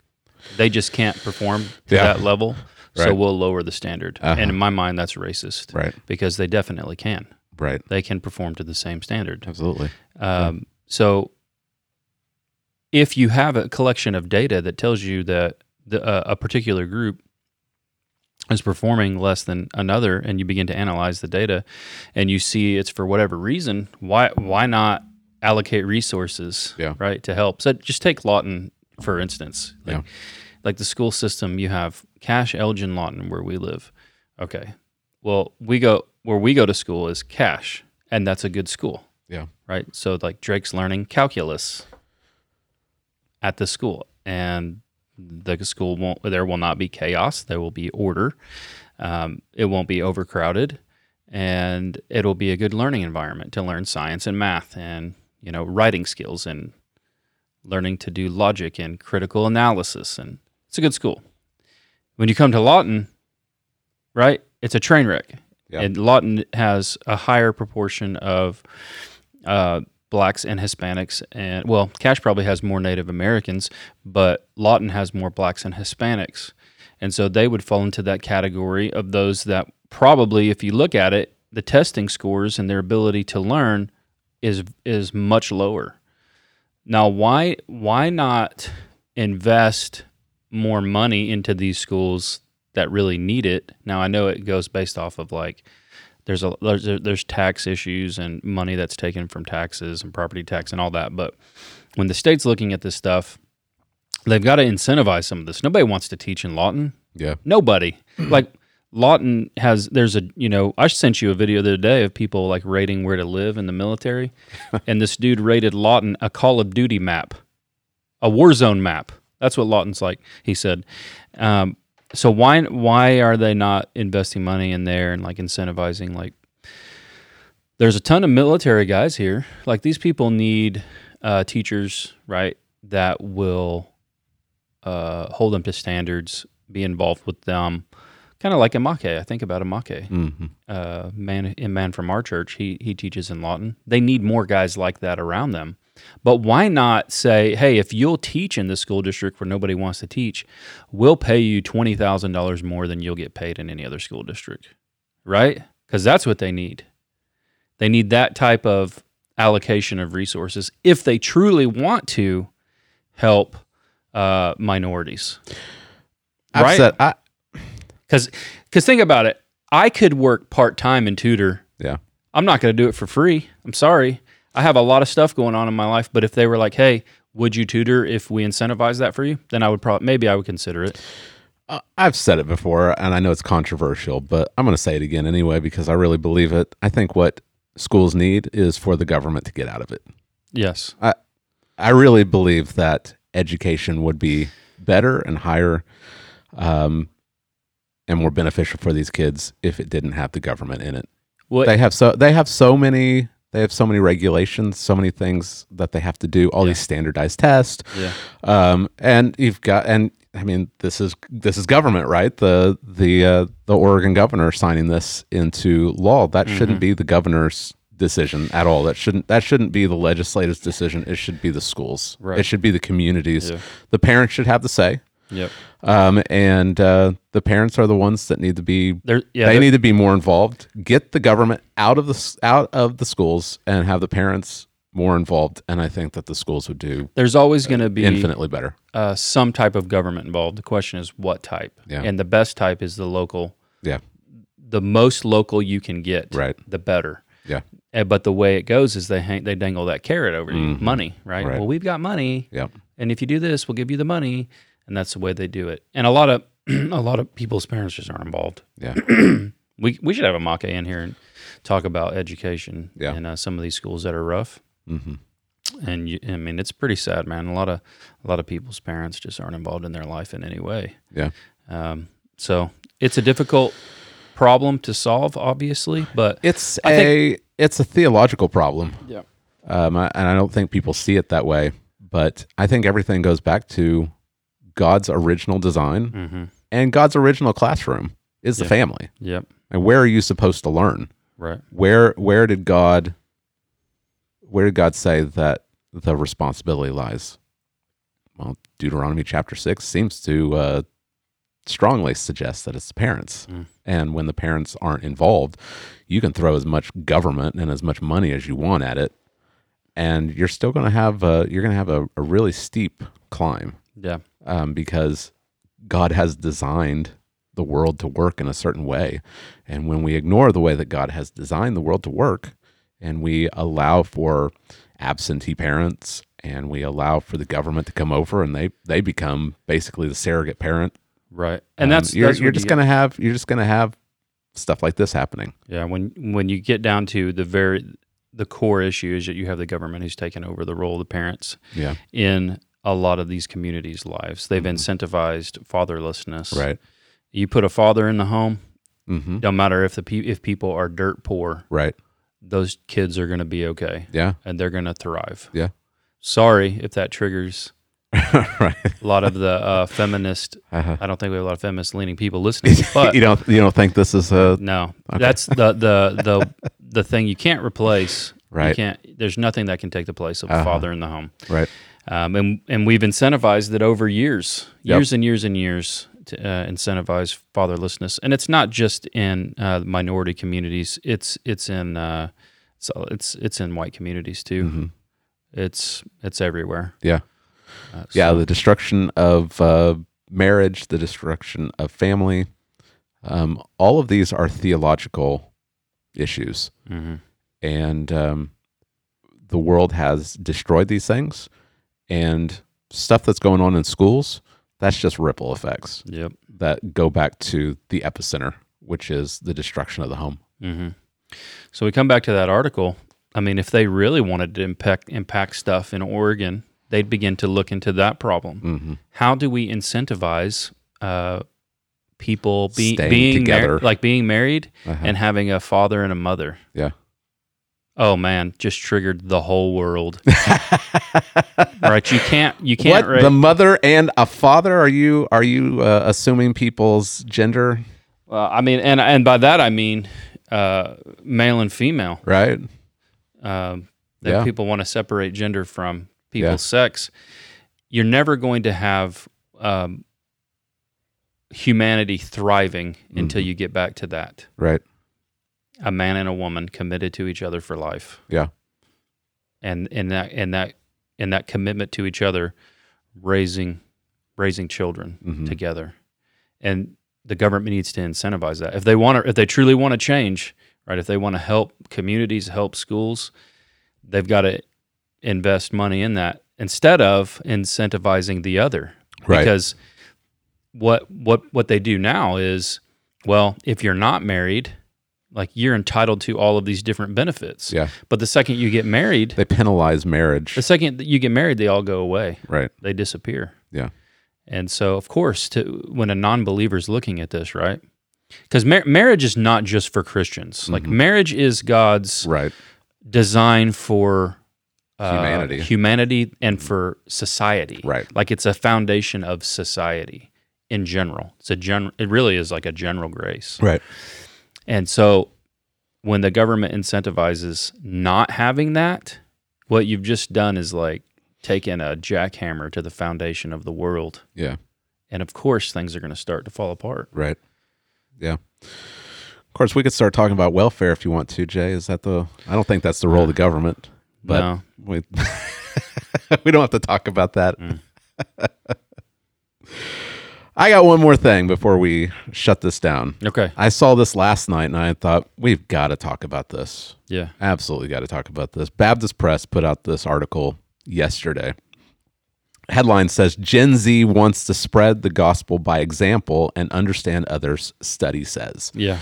[SPEAKER 1] they just can't perform to
[SPEAKER 2] Yeah.
[SPEAKER 1] that level, so
[SPEAKER 2] Right. Uh-huh.
[SPEAKER 1] we'll lower the standard. And in my mind, that's racist,
[SPEAKER 2] Right.
[SPEAKER 1] Because they definitely can.
[SPEAKER 2] Right.
[SPEAKER 1] They can perform to the same standard.
[SPEAKER 2] Absolutely.
[SPEAKER 1] Um, so, if you have a collection of data that tells you that the, uh, a particular group is performing less than another, and you begin to analyze the data, and you see it's for whatever reason, why why not allocate resources,
[SPEAKER 2] Yeah.
[SPEAKER 1] right, to help? So just take Lawton for instance, like,
[SPEAKER 2] Yeah.
[SPEAKER 1] like the school system. You have Cash, Elgin, Lawton, where we live. Okay, well we go where we go to school is Cash, and that's a good school
[SPEAKER 2] Yeah.
[SPEAKER 1] right? So like Drake's learning calculus at the school, and the school won't. There will not be chaos. There will be order. Um, it won't be overcrowded, and it'll be a good learning environment to learn science and math, and you know writing skills and learning to do logic and critical analysis. And it's a good school. When you come to Lawton, right? It's a train wreck.
[SPEAKER 2] Yeah.
[SPEAKER 1] And Lawton has a higher proportion of uh, blacks and Hispanics, and well, Cash probably has more Native Americans, but Lawton has more blacks and Hispanics, and so they would fall into that category of those that probably, if you look at it, the testing scores and their ability to learn is is much lower. Now, why why not invest more money into these schools that really need it? Now, I know it goes based off of like there's a there's, there's tax issues and money that's taken from taxes and property tax and all that, but when the state's looking at this stuff, they've got to incentivize some of this. Nobody wants to teach in Lawton.
[SPEAKER 2] Yeah.
[SPEAKER 1] Nobody. like Lawton has there's a you know I sent you a video the other day of people like rating where to live in the military, and this dude rated Lawton a Call of Duty map, a war zone map. That's what Lawton's like. He said. Um, so why why are they not investing money in there and like incentivizing like? There's a ton of military guys here. Like these people need uh, teachers, right? That will uh, hold them to standards, be involved with them. Kind of like Amake. I think about Amake,
[SPEAKER 2] hmm
[SPEAKER 1] uh, man, a man from our church. He he teaches in Lawton. They need more guys like that around them. But why not say, hey, if you'll teach in this school district where nobody wants to teach, we'll pay you twenty thousand dollars more than you'll get paid in any other school district, right? Because that's what they need. They need that type of allocation of resources if they truly want to help uh, minorities.
[SPEAKER 2] I've
[SPEAKER 1] Right.
[SPEAKER 2] said- I,
[SPEAKER 1] Because because think about it, I could work part time and tutor.
[SPEAKER 2] Yeah.
[SPEAKER 1] I'm not going to do it for free. I'm sorry. I have a lot of stuff going on in my life, but if they were like, "Hey, would you tutor if we incentivize that for you?" Then I would probably maybe I would consider it.
[SPEAKER 2] Uh, I've said it before, and I know it's controversial, but I'm going to say it again anyway because I really believe it. I think what schools need is for the government to get out of it.
[SPEAKER 1] Yes.
[SPEAKER 2] I really believe that education would be better and higher um, and more beneficial for these kids if it didn't have the government in it.
[SPEAKER 1] Well,
[SPEAKER 2] They have so they have so many they have so many regulations, so many things that they have to do, all these standardized tests.
[SPEAKER 1] yeah.
[SPEAKER 2] Um, and you've got and I mean this is this is government, right? The the uh, the Oregon governor signing this into law. That
[SPEAKER 1] Mm-hmm.
[SPEAKER 2] shouldn't be the governor's decision at all. That shouldn't that shouldn't be the legislature's decision. It should be the schools.
[SPEAKER 1] Right.
[SPEAKER 2] It should be the communities.
[SPEAKER 1] Yeah.
[SPEAKER 2] The parents should have the say.
[SPEAKER 1] Yep.
[SPEAKER 2] Um, and uh, the parents are the ones that need to be
[SPEAKER 1] There. Yeah.
[SPEAKER 2] they
[SPEAKER 1] there-
[SPEAKER 2] need to be more involved. Get the government out of the s- out of the schools and have the parents more involved. And I think that the schools would do
[SPEAKER 1] there's always going to be
[SPEAKER 2] infinitely better.
[SPEAKER 1] uh, some type of government involved. The question is what type,
[SPEAKER 2] Yeah.
[SPEAKER 1] and the best type is the local.
[SPEAKER 2] Yeah.
[SPEAKER 1] The most local you can get,
[SPEAKER 2] Right.
[SPEAKER 1] The better.
[SPEAKER 2] Yeah.
[SPEAKER 1] Uh, But the way it goes is they hang, they dangle that carrot over you, money, right?
[SPEAKER 2] Mm-hmm. Right.
[SPEAKER 1] Well, we've got money,
[SPEAKER 2] Yeah.
[SPEAKER 1] and if you do this, we'll give you the money, and that's the way they do it. And a lot of a lot of people's parents just aren't involved.
[SPEAKER 2] Yeah.
[SPEAKER 1] We we should have a Maka in here and talk about education
[SPEAKER 2] Yeah.
[SPEAKER 1] and uh, some of these schools that are rough.
[SPEAKER 2] Mm-hmm.
[SPEAKER 1] And you, I mean, it's pretty sad, man. A lot of a lot of people's parents just aren't involved in their life in any way.
[SPEAKER 2] Yeah.
[SPEAKER 1] Um, so it's a difficult problem to solve, obviously, but
[SPEAKER 2] It's
[SPEAKER 1] I
[SPEAKER 2] a
[SPEAKER 1] think-
[SPEAKER 2] it's a theological problem.
[SPEAKER 1] Yeah.
[SPEAKER 2] Um, I- and I don't think people see it that way, but I think everything goes back to God's original design
[SPEAKER 1] Mhm.
[SPEAKER 2] and God's original classroom is the
[SPEAKER 1] Yeah.
[SPEAKER 2] family.
[SPEAKER 1] yep,
[SPEAKER 2] And where are you supposed to learn?
[SPEAKER 1] right,
[SPEAKER 2] Where where did God where did God say that the responsibility lies? Well, Deuteronomy chapter six seems to uh, strongly suggest that it's the parents.
[SPEAKER 1] Mm.
[SPEAKER 2] And when the parents aren't involved, you can throw as much government and as much money as you want at it, and you're still going to have a, you're going to have a, a really steep climb
[SPEAKER 1] yeah,
[SPEAKER 2] um, because God has designed the world to work in a certain way. And when we ignore the way that God has designed the world to work, and we allow for absentee parents, and we allow for the government to come over, and they they become basically the surrogate parent.
[SPEAKER 1] right. And
[SPEAKER 2] um,
[SPEAKER 1] that's
[SPEAKER 2] you're,
[SPEAKER 1] that's
[SPEAKER 2] you're
[SPEAKER 1] what
[SPEAKER 2] just
[SPEAKER 1] you-
[SPEAKER 2] gonna have you're just gonna have stuff like this happening.
[SPEAKER 1] Yeah, when when you get down to the very the core issue is that you have the government who's taken over the role of the parents
[SPEAKER 2] Yeah,
[SPEAKER 1] in a lot of these communities' lives. They've incentivized fatherlessness.
[SPEAKER 2] Mm-hmm. right.
[SPEAKER 1] You put a father in the home,
[SPEAKER 2] Mm-hmm.
[SPEAKER 1] don't matter if the pe- if people are dirt poor,
[SPEAKER 2] Right.
[SPEAKER 1] those kids are going to be okay
[SPEAKER 2] Yeah.
[SPEAKER 1] and they're going to thrive.
[SPEAKER 2] Yeah.
[SPEAKER 1] Sorry if that triggers
[SPEAKER 2] right.
[SPEAKER 1] a lot of the uh, feminist.
[SPEAKER 2] Uh-huh.
[SPEAKER 1] I don't think we have a lot of feminist leaning people listening, but
[SPEAKER 2] you don't you don't think this is a
[SPEAKER 1] No, that's the the the the thing you can't replace You
[SPEAKER 2] Right.
[SPEAKER 1] can't. There's nothing that can take the place of a
[SPEAKER 2] Uh-huh.
[SPEAKER 1] father in the home.
[SPEAKER 2] Right.
[SPEAKER 1] Um, and and we've incentivized it over years,
[SPEAKER 2] Yep.
[SPEAKER 1] years and years and years to uh, incentivize fatherlessness. And it's not just in uh, minority communities. It's it's in uh, so it's it's in white communities too.
[SPEAKER 2] Mhm.
[SPEAKER 1] It's it's everywhere.
[SPEAKER 2] Yeah.
[SPEAKER 1] Uh,
[SPEAKER 2] Yeah.
[SPEAKER 1] so-
[SPEAKER 2] The destruction of uh, marriage, the destruction of family. Um, all of these are theological issues.
[SPEAKER 1] Mhm.
[SPEAKER 2] and um, the world has destroyed these things and stuff that's going on in schools that's just ripple effects
[SPEAKER 1] Yep.
[SPEAKER 2] that go back to the epicenter which is the destruction of the home
[SPEAKER 1] hmm So we come back to that article. I mean, if they really wanted to impact impact stuff in Oregon, they'd begin to look into that problem.
[SPEAKER 2] mm-hmm.
[SPEAKER 1] How do we incentivize uh, people be,
[SPEAKER 2] Staying
[SPEAKER 1] being mar-
[SPEAKER 2] together.
[SPEAKER 1] like being married
[SPEAKER 2] Uh-huh.
[SPEAKER 1] and having a father and a mother?
[SPEAKER 2] Yeah.
[SPEAKER 1] Oh man, just triggered the whole world. right? You can't. You can't.
[SPEAKER 2] what
[SPEAKER 1] Ra-
[SPEAKER 2] the mother and a father are you are you uh, assuming people's gender
[SPEAKER 1] well, I mean, and and by that I mean uh, male and female.
[SPEAKER 2] right
[SPEAKER 1] um, that
[SPEAKER 2] Yeah.
[SPEAKER 1] people want to separate gender from people's
[SPEAKER 2] Yeah.
[SPEAKER 1] sex, you're never going to have um, humanity thriving
[SPEAKER 2] Mm-hmm.
[SPEAKER 1] until you get back to that.
[SPEAKER 2] right
[SPEAKER 1] A man and a woman committed to each other for life.
[SPEAKER 2] Yeah.
[SPEAKER 1] And and that and that and that commitment to each other, raising raising children
[SPEAKER 2] Mhm.
[SPEAKER 1] together. And the government needs to incentivize that. If they want to, if they truly want to change, right? If they want to help communities, help schools, they've got to invest money in that instead of incentivizing the other.
[SPEAKER 2] Right.
[SPEAKER 1] Because what what what they do now is, well, if you're not married, like you're entitled to all of these different benefits.
[SPEAKER 2] yeah
[SPEAKER 1] But the second you get married,
[SPEAKER 2] they penalize marriage
[SPEAKER 1] the second that you get married, they all go away
[SPEAKER 2] right
[SPEAKER 1] they disappear.
[SPEAKER 2] Yeah.
[SPEAKER 1] And so, of course, to when a non-believer's looking at this, right? Because mar- marriage is not just for Christians. Like marriage is God's
[SPEAKER 2] Mm-hmm. right
[SPEAKER 1] design for uh,
[SPEAKER 2] Humanity.
[SPEAKER 1] humanity, and for society.
[SPEAKER 2] Right.
[SPEAKER 1] Like it's a foundation of society in general. It's a general. It really is like a general grace.
[SPEAKER 2] right
[SPEAKER 1] And so when the government incentivizes not having that, what you've just done is like taken a jackhammer to the foundation of the world.
[SPEAKER 2] yeah
[SPEAKER 1] And of course, things are going to start to fall apart.
[SPEAKER 2] Right. Yeah. Of course, we could start talking about welfare if you want to, Jay. Is that the? I don't think that's the role of the government, but
[SPEAKER 1] no,
[SPEAKER 2] we we don't have to talk about that. I got one more thing before we shut this down.
[SPEAKER 1] okay,
[SPEAKER 2] I saw this last night and I thought we've got to talk about this.
[SPEAKER 1] yeah,
[SPEAKER 2] Absolutely got to talk about this. Baptist Press put out this article yesterday. Headline says Gen Z wants to spread the gospel by example and understand others, study says.
[SPEAKER 1] yeah,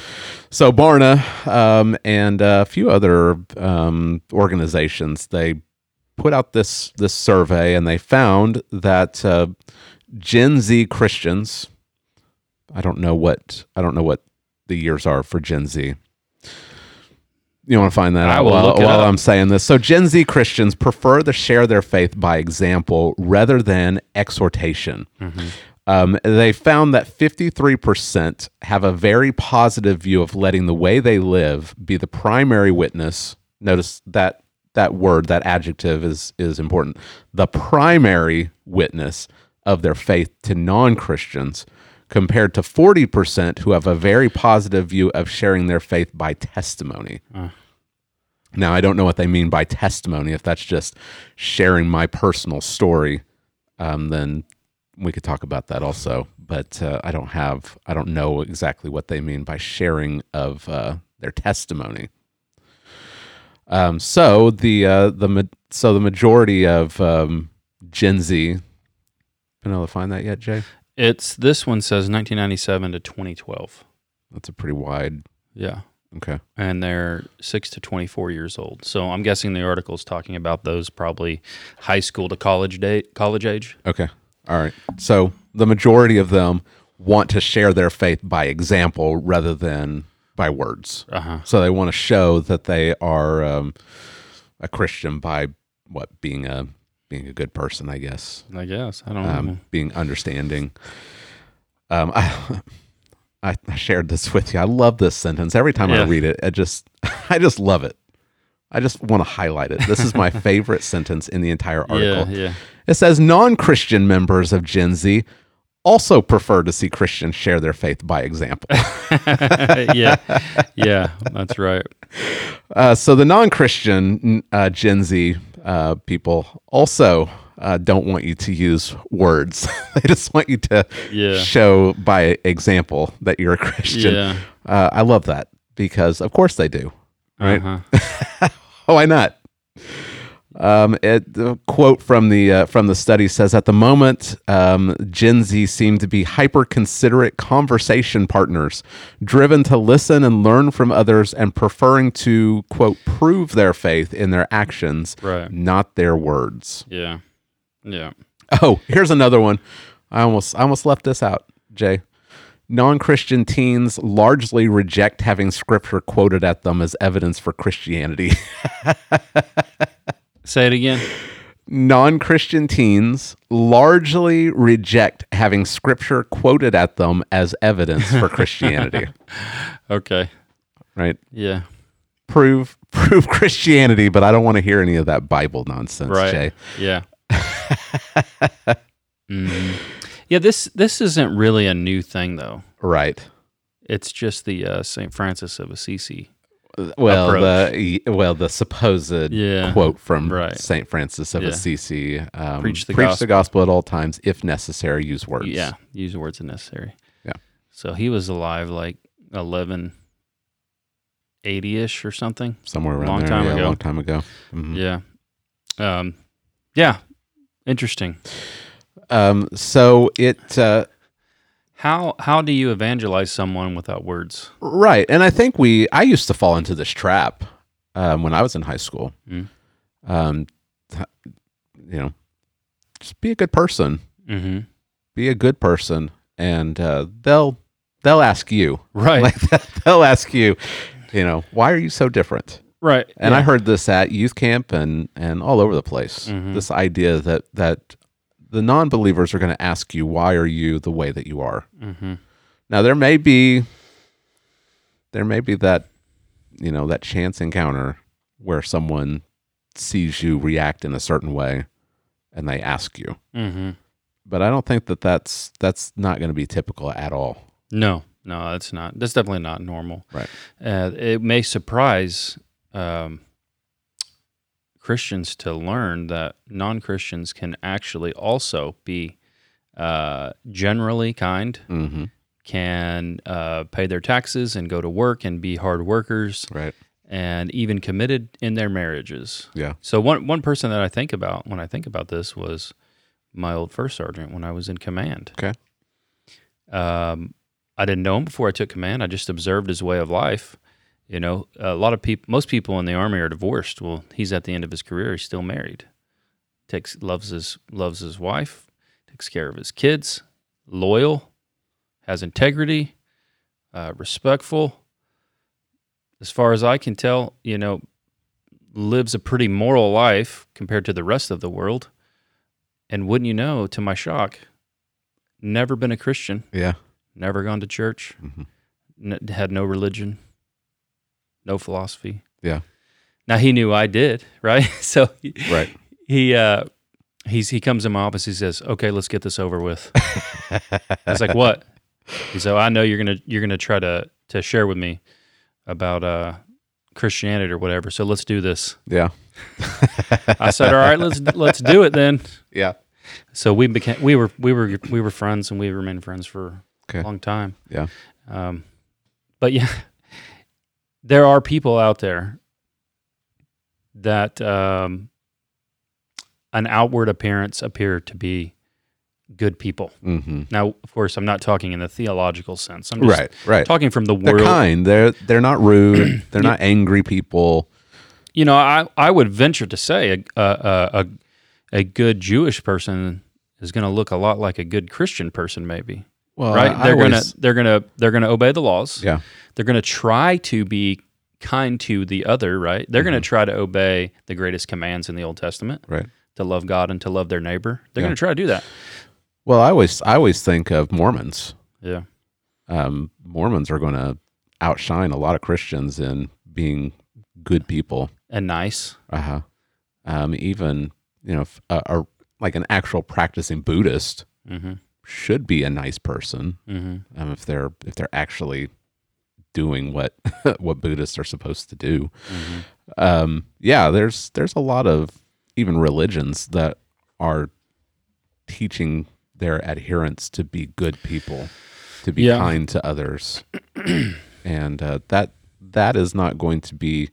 [SPEAKER 2] So, Barna um, and a few other um, organizations, they put out this, this survey and they found that uh, Gen Z Christians, I don't know what I don't know what the years are for Gen Z. You want to find that
[SPEAKER 1] I
[SPEAKER 2] out
[SPEAKER 1] will
[SPEAKER 2] while,
[SPEAKER 1] look it
[SPEAKER 2] while
[SPEAKER 1] up.
[SPEAKER 2] I'm saying this. So Gen Z Christians prefer to share their faith by example rather than exhortation.
[SPEAKER 1] Mm-hmm.
[SPEAKER 2] Um, they found that 53% have a very positive view of letting the way they live be the primary witness. Notice that that word, that adjective is is important. The primary witness of their faith to non-Christians compared to 40% who have a very positive view of sharing their faith by testimony. Now, I don't know what they mean by testimony. If that's just sharing my personal story, um, then we could talk about that also. But uh, I don't have, I don't know exactly what they mean by sharing of uh, their testimony. Um, so the uh, the ma- so the majority of um, Gen Z. Been able to find that yet, Jay?
[SPEAKER 1] It's this one says 1997 to 2012.
[SPEAKER 2] That's a pretty wide.
[SPEAKER 1] Yeah,
[SPEAKER 2] Okay.
[SPEAKER 1] and they're six to 24 years old. So I'm guessing the article's talking about those probably high school to college date, college age.
[SPEAKER 2] Okay. All right. So the majority of them want to share their faith by example rather than by words.
[SPEAKER 1] Uh huh.
[SPEAKER 2] So they want to show that they are um, a Christian by what being a being a good person, I guess,
[SPEAKER 1] I guess I don't know.
[SPEAKER 2] um, being understanding. Um, I, I I shared this with you. I love this sentence. Every time I
[SPEAKER 1] Yeah.
[SPEAKER 2] read it, I just I just love it. I just want to highlight it. This is my favorite sentence in the entire article.
[SPEAKER 1] Yeah, yeah.
[SPEAKER 2] It says non Christian members of Gen Z also prefer to see Christians share their faith by example.
[SPEAKER 1] yeah, yeah, that's right.
[SPEAKER 2] Uh, so the non Christian uh, Gen Z uh, people also uh, don't want you to use words, they just want you to
[SPEAKER 1] Yeah.
[SPEAKER 2] show by example that you're a Christian.
[SPEAKER 1] Yeah.
[SPEAKER 2] Uh, I love that because, of course, they do. Right.
[SPEAKER 1] Uh-huh.
[SPEAKER 2] Oh, Why not? Um, it, the quote from the uh, from the study says at the moment um, Gen Z seem to be hyper considerate conversation partners, driven to listen and learn from others, and preferring to quote prove their faith in their actions,
[SPEAKER 1] Right.
[SPEAKER 2] not their words.
[SPEAKER 1] Yeah. Yeah.
[SPEAKER 2] Oh, here's another one. I almost I almost left this out, Jay. Non-Christian teens largely reject having scripture quoted at them as evidence for Christianity.
[SPEAKER 1] Say it again.
[SPEAKER 2] non-Christian teens largely reject having scripture quoted at them as evidence for Christianity,
[SPEAKER 1] Okay.
[SPEAKER 2] right?
[SPEAKER 1] Yeah.
[SPEAKER 2] Prove prove Christianity, but I don't want to hear any of that Bible nonsense,
[SPEAKER 1] right.
[SPEAKER 2] Jay.
[SPEAKER 1] Yeah. Mhm. Yeah. This this isn't really a new thing though.
[SPEAKER 2] Right.
[SPEAKER 1] It's just the uh, Saint Francis of Assisi.
[SPEAKER 2] well
[SPEAKER 1] approach.
[SPEAKER 2] the y- well the supposed
[SPEAKER 1] Yeah.
[SPEAKER 2] quote from
[SPEAKER 1] Right.
[SPEAKER 2] Saint Francis of
[SPEAKER 1] Yeah.
[SPEAKER 2] Assisi um,
[SPEAKER 1] Preach the
[SPEAKER 2] gospel at all times if necessary use words
[SPEAKER 1] Yeah. Use words if necessary.
[SPEAKER 2] Yeah.
[SPEAKER 1] So he was alive like eleven eighty ish or something.
[SPEAKER 2] somewhere around
[SPEAKER 1] Long
[SPEAKER 2] there
[SPEAKER 1] time
[SPEAKER 2] yeah,
[SPEAKER 1] ago.
[SPEAKER 2] long time ago Mhm.
[SPEAKER 1] Yeah. Um. Yeah. Interesting.
[SPEAKER 2] um so it uh,
[SPEAKER 1] How how do you evangelize someone without words?
[SPEAKER 2] right and I think we I used to fall into this trap um, when I was in high school
[SPEAKER 1] Mm.
[SPEAKER 2] um th- you know just be a good person
[SPEAKER 1] Mm-hmm.
[SPEAKER 2] be a good person and uh, they'll they'll ask you
[SPEAKER 1] Right.
[SPEAKER 2] like they'll ask you you know why are you so different
[SPEAKER 1] right.
[SPEAKER 2] And I heard this at youth camp and and all over the place.
[SPEAKER 1] Mhm.
[SPEAKER 2] This idea that that the non-believers are going to ask you why are you the way that you are.
[SPEAKER 1] Mm-hmm.
[SPEAKER 2] Now there may be there may be that you know that chance encounter where someone sees you react in a certain way and they ask you.
[SPEAKER 1] Mm-hmm.
[SPEAKER 2] But I don't think that that's that's not going to be typical at all.
[SPEAKER 1] No, no, that's not. That's definitely not normal.
[SPEAKER 2] Right.
[SPEAKER 1] Uh, it may surprise um, Christians to learn that non-Christians can actually also be uh, generally kind,
[SPEAKER 2] Mm-hmm.
[SPEAKER 1] can uh, pay their taxes and go to work and be hard workers,
[SPEAKER 2] Right.
[SPEAKER 1] and even committed in their marriages.
[SPEAKER 2] Yeah.
[SPEAKER 1] So one one person that I think about when I think about this was my old first sergeant when I was in command.
[SPEAKER 2] Okay.
[SPEAKER 1] Um, I didn't know him before I took command. I just observed his way of life. You know, a lot of people, most people in the army are divorced. Well, he's at the end of his career. He's still married. Takes loves his loves his wife. Takes care of his kids. Loyal. Has integrity. Uh, respectful. As far as I can tell, you know, lives a pretty moral life compared to the rest of the world. And wouldn't you know, to my shock, never been a Christian,
[SPEAKER 2] Yeah.
[SPEAKER 1] never gone to church,
[SPEAKER 2] Mhm.
[SPEAKER 1] n- had no religion, no philosophy.
[SPEAKER 2] Yeah.
[SPEAKER 1] Now he knew I did, right? so he,
[SPEAKER 2] Right.
[SPEAKER 1] he uh, he's he comes in my office. He says, "Okay, let's get this over with." I was like, "What?" He said, "I know you're gonna you're gonna try to to share with me about uh, Christianity or whatever. So let's do this."
[SPEAKER 2] Yeah.
[SPEAKER 1] I said, "All right, let's let's do it then."
[SPEAKER 2] Yeah.
[SPEAKER 1] So we became we were we were we were friends and we remained friends for
[SPEAKER 2] Okay.
[SPEAKER 1] a long time.
[SPEAKER 2] Yeah.
[SPEAKER 1] Um, but yeah, there are people out there that um, an outward appearance appear to be good people.
[SPEAKER 2] Mm-hmm.
[SPEAKER 1] Now, of course, I'm not talking in the theological sense. I'm just
[SPEAKER 2] Right. Right.
[SPEAKER 1] talking from the
[SPEAKER 2] They're
[SPEAKER 1] world.
[SPEAKER 2] kind. They're they're not rude. They're not angry people.
[SPEAKER 1] you know, I, I would venture to say a a, a, a good Jewish person is going to look a lot like a good Christian person, maybe.
[SPEAKER 2] Well,
[SPEAKER 1] right?
[SPEAKER 2] I- I
[SPEAKER 1] they're gonna
[SPEAKER 2] always-
[SPEAKER 1] they're gonna they're gonna obey the laws.
[SPEAKER 2] Yeah.
[SPEAKER 1] They're gonna try to be kind to the other. Right? They're gonna try to obey the greatest commands in the Old Testament
[SPEAKER 2] Mm-hmm. Right.
[SPEAKER 1] to love God and to love their neighbor. They're
[SPEAKER 2] Yeah.
[SPEAKER 1] gonna try to do that.
[SPEAKER 2] Well, I always I always think of Mormons.
[SPEAKER 1] Yeah.
[SPEAKER 2] Um, Mormons are going to outshine a lot of Christians in being good people.
[SPEAKER 1] and nice.
[SPEAKER 2] Uh huh. Um, even you know, if uh, a, a like an actual practicing Buddhist
[SPEAKER 1] hmm
[SPEAKER 2] should be a nice person
[SPEAKER 1] hmm
[SPEAKER 2] um, if they're if they're actually doing what what Buddhists are supposed to do. Um, yeah, there's there's a lot of even religions that are teaching their adherents to be good people, to be
[SPEAKER 1] Yeah.
[SPEAKER 2] kind to others, and uh, that that is not going to be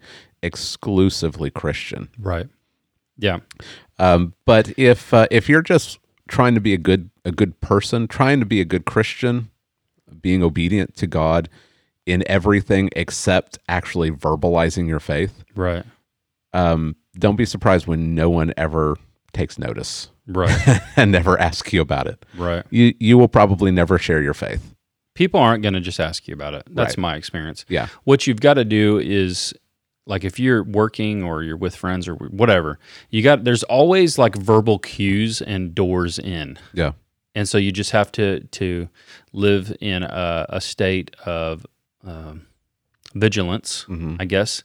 [SPEAKER 2] exclusively Christian.
[SPEAKER 1] Right. Yeah.
[SPEAKER 2] Um, but if uh, if you're just trying to be a good a good person, trying to be a good Christian, being obedient to God in everything except actually verbalizing your faith,
[SPEAKER 1] Right.
[SPEAKER 2] um, don't be surprised when no one ever takes notice
[SPEAKER 1] Right.
[SPEAKER 2] and never asks you about it.
[SPEAKER 1] right.
[SPEAKER 2] You you will probably never share your faith.
[SPEAKER 1] People aren't going to just ask you about it. That's
[SPEAKER 2] Right.
[SPEAKER 1] my experience.
[SPEAKER 2] Yeah.
[SPEAKER 1] What you've got to do is like if you're working or you're with friends or whatever, you got there's always like verbal cues and doors in.
[SPEAKER 2] Yeah.
[SPEAKER 1] and so you just have to to live in a, a state of um, vigilance,
[SPEAKER 2] Mm-hmm.
[SPEAKER 1] I guess,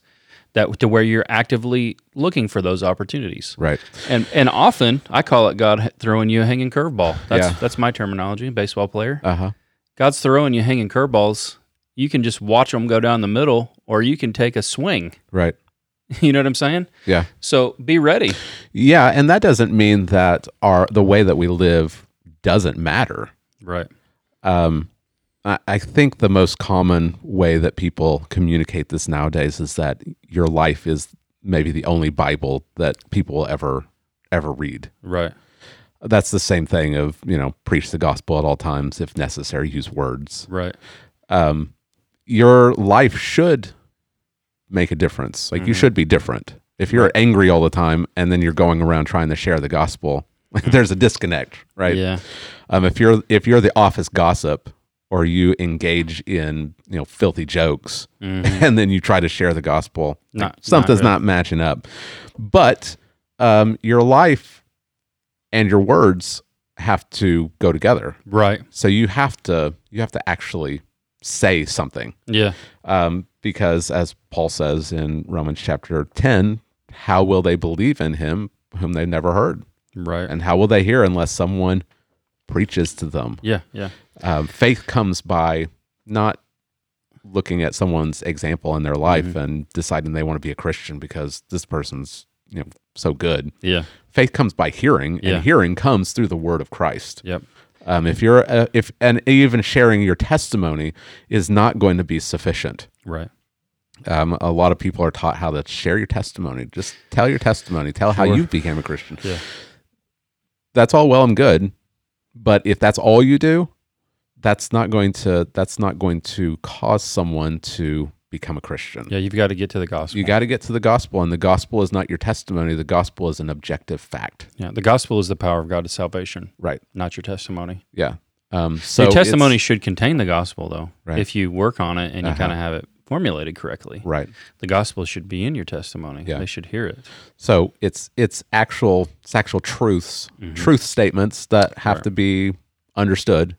[SPEAKER 1] that to where you're actively looking for those opportunities.
[SPEAKER 2] Right.
[SPEAKER 1] And and often I call it God h- throwing you a hanging curveball. That's
[SPEAKER 2] Yeah.
[SPEAKER 1] that's my terminology, baseball player.
[SPEAKER 2] Uh huh.
[SPEAKER 1] God's throwing you hanging curveballs. You can just watch them go down the middle, or you can take a swing.
[SPEAKER 2] Right.
[SPEAKER 1] You know what I'm saying?
[SPEAKER 2] Yeah.
[SPEAKER 1] So be ready.
[SPEAKER 2] Yeah. And that doesn't mean that our the way that we live doesn't matter.
[SPEAKER 1] Right.
[SPEAKER 2] um, I, I think the most common way that people communicate this nowadays is that your life is maybe the only Bible that people will ever ever read.
[SPEAKER 1] Right.
[SPEAKER 2] That's the same thing of you know preach the gospel at all times if necessary, use words.
[SPEAKER 1] Right.
[SPEAKER 2] Um, your life should make a difference. Like you should be different. If you're angry all the time and then you're going around trying to share the gospel, there's a disconnect, right?
[SPEAKER 1] Yeah.
[SPEAKER 2] Um, if you're if you're the office gossip or you engage in you know filthy jokes and then you try to share the gospel,
[SPEAKER 1] Mm-hmm. Not- not
[SPEAKER 2] something's
[SPEAKER 1] really.
[SPEAKER 2] not, matching up. But um, your life and your words have to go together.
[SPEAKER 1] Right.
[SPEAKER 2] So you have to you have to actually say something
[SPEAKER 1] Yeah.
[SPEAKER 2] um, because as Paul says in Romans chapter ten, how will they believe in him whom they never heard?
[SPEAKER 1] Right.
[SPEAKER 2] And how will they hear unless someone preaches to them?
[SPEAKER 1] yeah. Yeah.
[SPEAKER 2] Um, faith comes by not looking at someone's example in their life and deciding they want to be a Christian because this person's you know so good.
[SPEAKER 1] Yeah.
[SPEAKER 2] Faith comes by hearing,
[SPEAKER 1] Yeah.
[SPEAKER 2] and hearing comes through the word of Christ.
[SPEAKER 1] Yep.
[SPEAKER 2] Um, if you're uh, if and even sharing your testimony is not going to be sufficient.
[SPEAKER 1] Right.
[SPEAKER 2] Um, a lot of people are taught how to share your testimony. Just tell your testimony. Tell how
[SPEAKER 1] Sure.
[SPEAKER 2] you became a Christian.
[SPEAKER 1] Yeah.
[SPEAKER 2] That's all well and good, but if that's all you do, that's not going to that's not going to cause someone to become a Christian.
[SPEAKER 1] Yeah. You've got to get to the gospel.
[SPEAKER 2] You got to get to the gospel, and the gospel is not your testimony. The gospel is an objective fact.
[SPEAKER 1] yeah. The gospel is the power of God to salvation,
[SPEAKER 2] Right.
[SPEAKER 1] not your testimony.
[SPEAKER 2] Yeah. Um, so
[SPEAKER 1] your testimony
[SPEAKER 2] it's-
[SPEAKER 1] should contain the gospel, though.
[SPEAKER 2] Right.
[SPEAKER 1] If you work on it and you
[SPEAKER 2] Uh-huh.
[SPEAKER 1] kind of have it formulated correctly,
[SPEAKER 2] Right.
[SPEAKER 1] the gospel should be in your testimony.
[SPEAKER 2] Yeah.
[SPEAKER 1] They should hear it.
[SPEAKER 2] So it's it's actual it's actual truths, truth statements that have to be understood.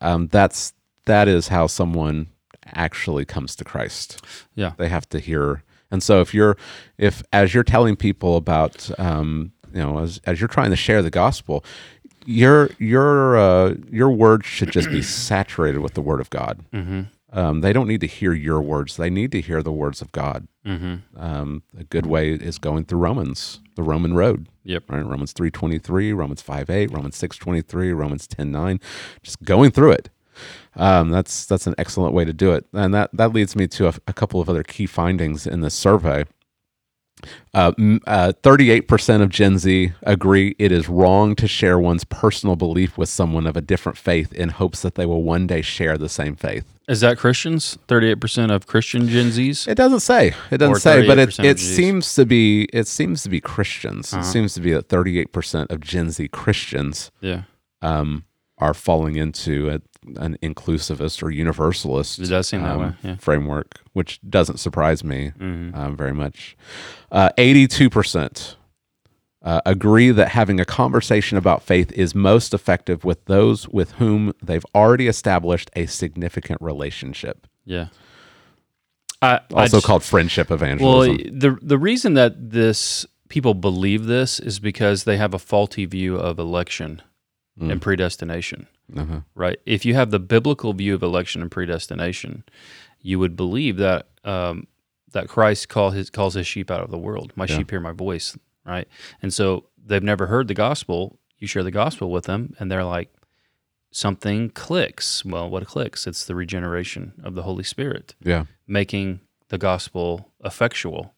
[SPEAKER 2] Um, that's that is how someone actually comes to Christ.
[SPEAKER 1] Yeah.
[SPEAKER 2] They have to hear. And so if you're if as you're telling people about um, you know as as you're trying to share the gospel, your your uh, your words should just be saturated with the Word of God. Um, they don't need to hear your words. They need to hear the words of God um, a good way is going through Romans, the Roman road.
[SPEAKER 1] Yep.
[SPEAKER 2] Right? Romans 3.23, Romans 5.8, Romans 6.23, Romans 10.9, just going through it. Um, that's that's an excellent way to do it. And that, that leads me to a, a couple of other key findings in this survey. Uh, m- uh, 38% of Gen Z agree it is wrong to share one's personal belief with someone of a different faith in hopes that they will one day share the same faith.
[SPEAKER 1] Is that Christians? 38% of Christian Gen Zs?
[SPEAKER 2] It doesn't say. It doesn't
[SPEAKER 1] Or
[SPEAKER 2] say, but it
[SPEAKER 1] 38% of Uh-huh.
[SPEAKER 2] it
[SPEAKER 1] Gs.
[SPEAKER 2] seems to be it seems to be Christians. It seems to be that thirty eight percent of Gen Z Christians
[SPEAKER 1] yeah.
[SPEAKER 2] um, are falling into a, an inclusivist or universalist um,
[SPEAKER 1] It does seem that way. Yeah. Mm-hmm.
[SPEAKER 2] framework, which doesn't surprise me um, very much. Eighty two percent uh, agree that having a conversation about faith is most effective with those with whom they've already established a significant relationship.
[SPEAKER 1] Yeah. I, I
[SPEAKER 2] also
[SPEAKER 1] just-
[SPEAKER 2] called friendship
[SPEAKER 1] Well,
[SPEAKER 2] evangelism.
[SPEAKER 1] the the reason that this people believe this is because they have a faulty view of election
[SPEAKER 2] Mm.
[SPEAKER 1] and predestination.
[SPEAKER 2] uh-huh.
[SPEAKER 1] Right. If you have the biblical view of election and predestination, you would believe that um, that Christ call his calls his sheep out of the world. My
[SPEAKER 2] Yeah.
[SPEAKER 1] sheep hear my voice. Right. And so they've never heard the gospel. You share the gospel with them, and they're like, something clicks. Well, what clicks? It's the regeneration of the Holy Spirit
[SPEAKER 2] Yeah.
[SPEAKER 1] making the gospel effectual.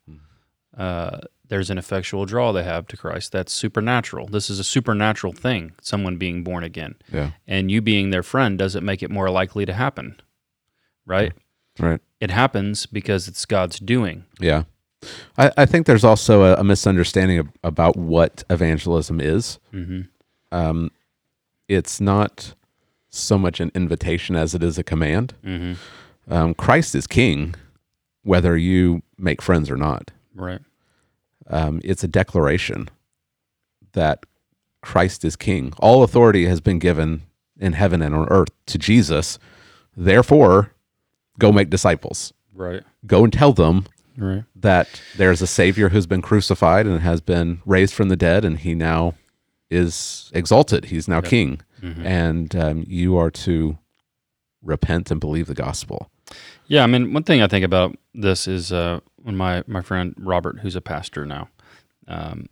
[SPEAKER 1] Uh, there's an effectual draw they have to Christ. That's supernatural. This is a supernatural thing. Someone being born again
[SPEAKER 2] Yeah.
[SPEAKER 1] and you being their friend doesn't make it more likely to happen, right?
[SPEAKER 2] Right.
[SPEAKER 1] It happens because it's God's doing.
[SPEAKER 2] Yeah. I, I think there's also a, a misunderstanding ab- about what evangelism is.
[SPEAKER 1] Mm-hmm.
[SPEAKER 2] Um, it's not so much an invitation as it is a command.
[SPEAKER 1] Mm-hmm.
[SPEAKER 2] Um, Christ is king, whether you make friends or not.
[SPEAKER 1] Right.
[SPEAKER 2] Um, it's a declaration that Christ is king. All authority has been given in heaven and on earth to Jesus. Therefore, go make disciples.
[SPEAKER 1] Right.
[SPEAKER 2] Go and tell them
[SPEAKER 1] Right.
[SPEAKER 2] that there's a savior who's been crucified and has been raised from the dead and he now is exalted he's now king
[SPEAKER 1] Mm-hmm.
[SPEAKER 2] and um, you are to repent and believe the gospel
[SPEAKER 1] Yeah. I mean, one thing I think about this is uh, when my my friend Robert, who's a pastor now, um,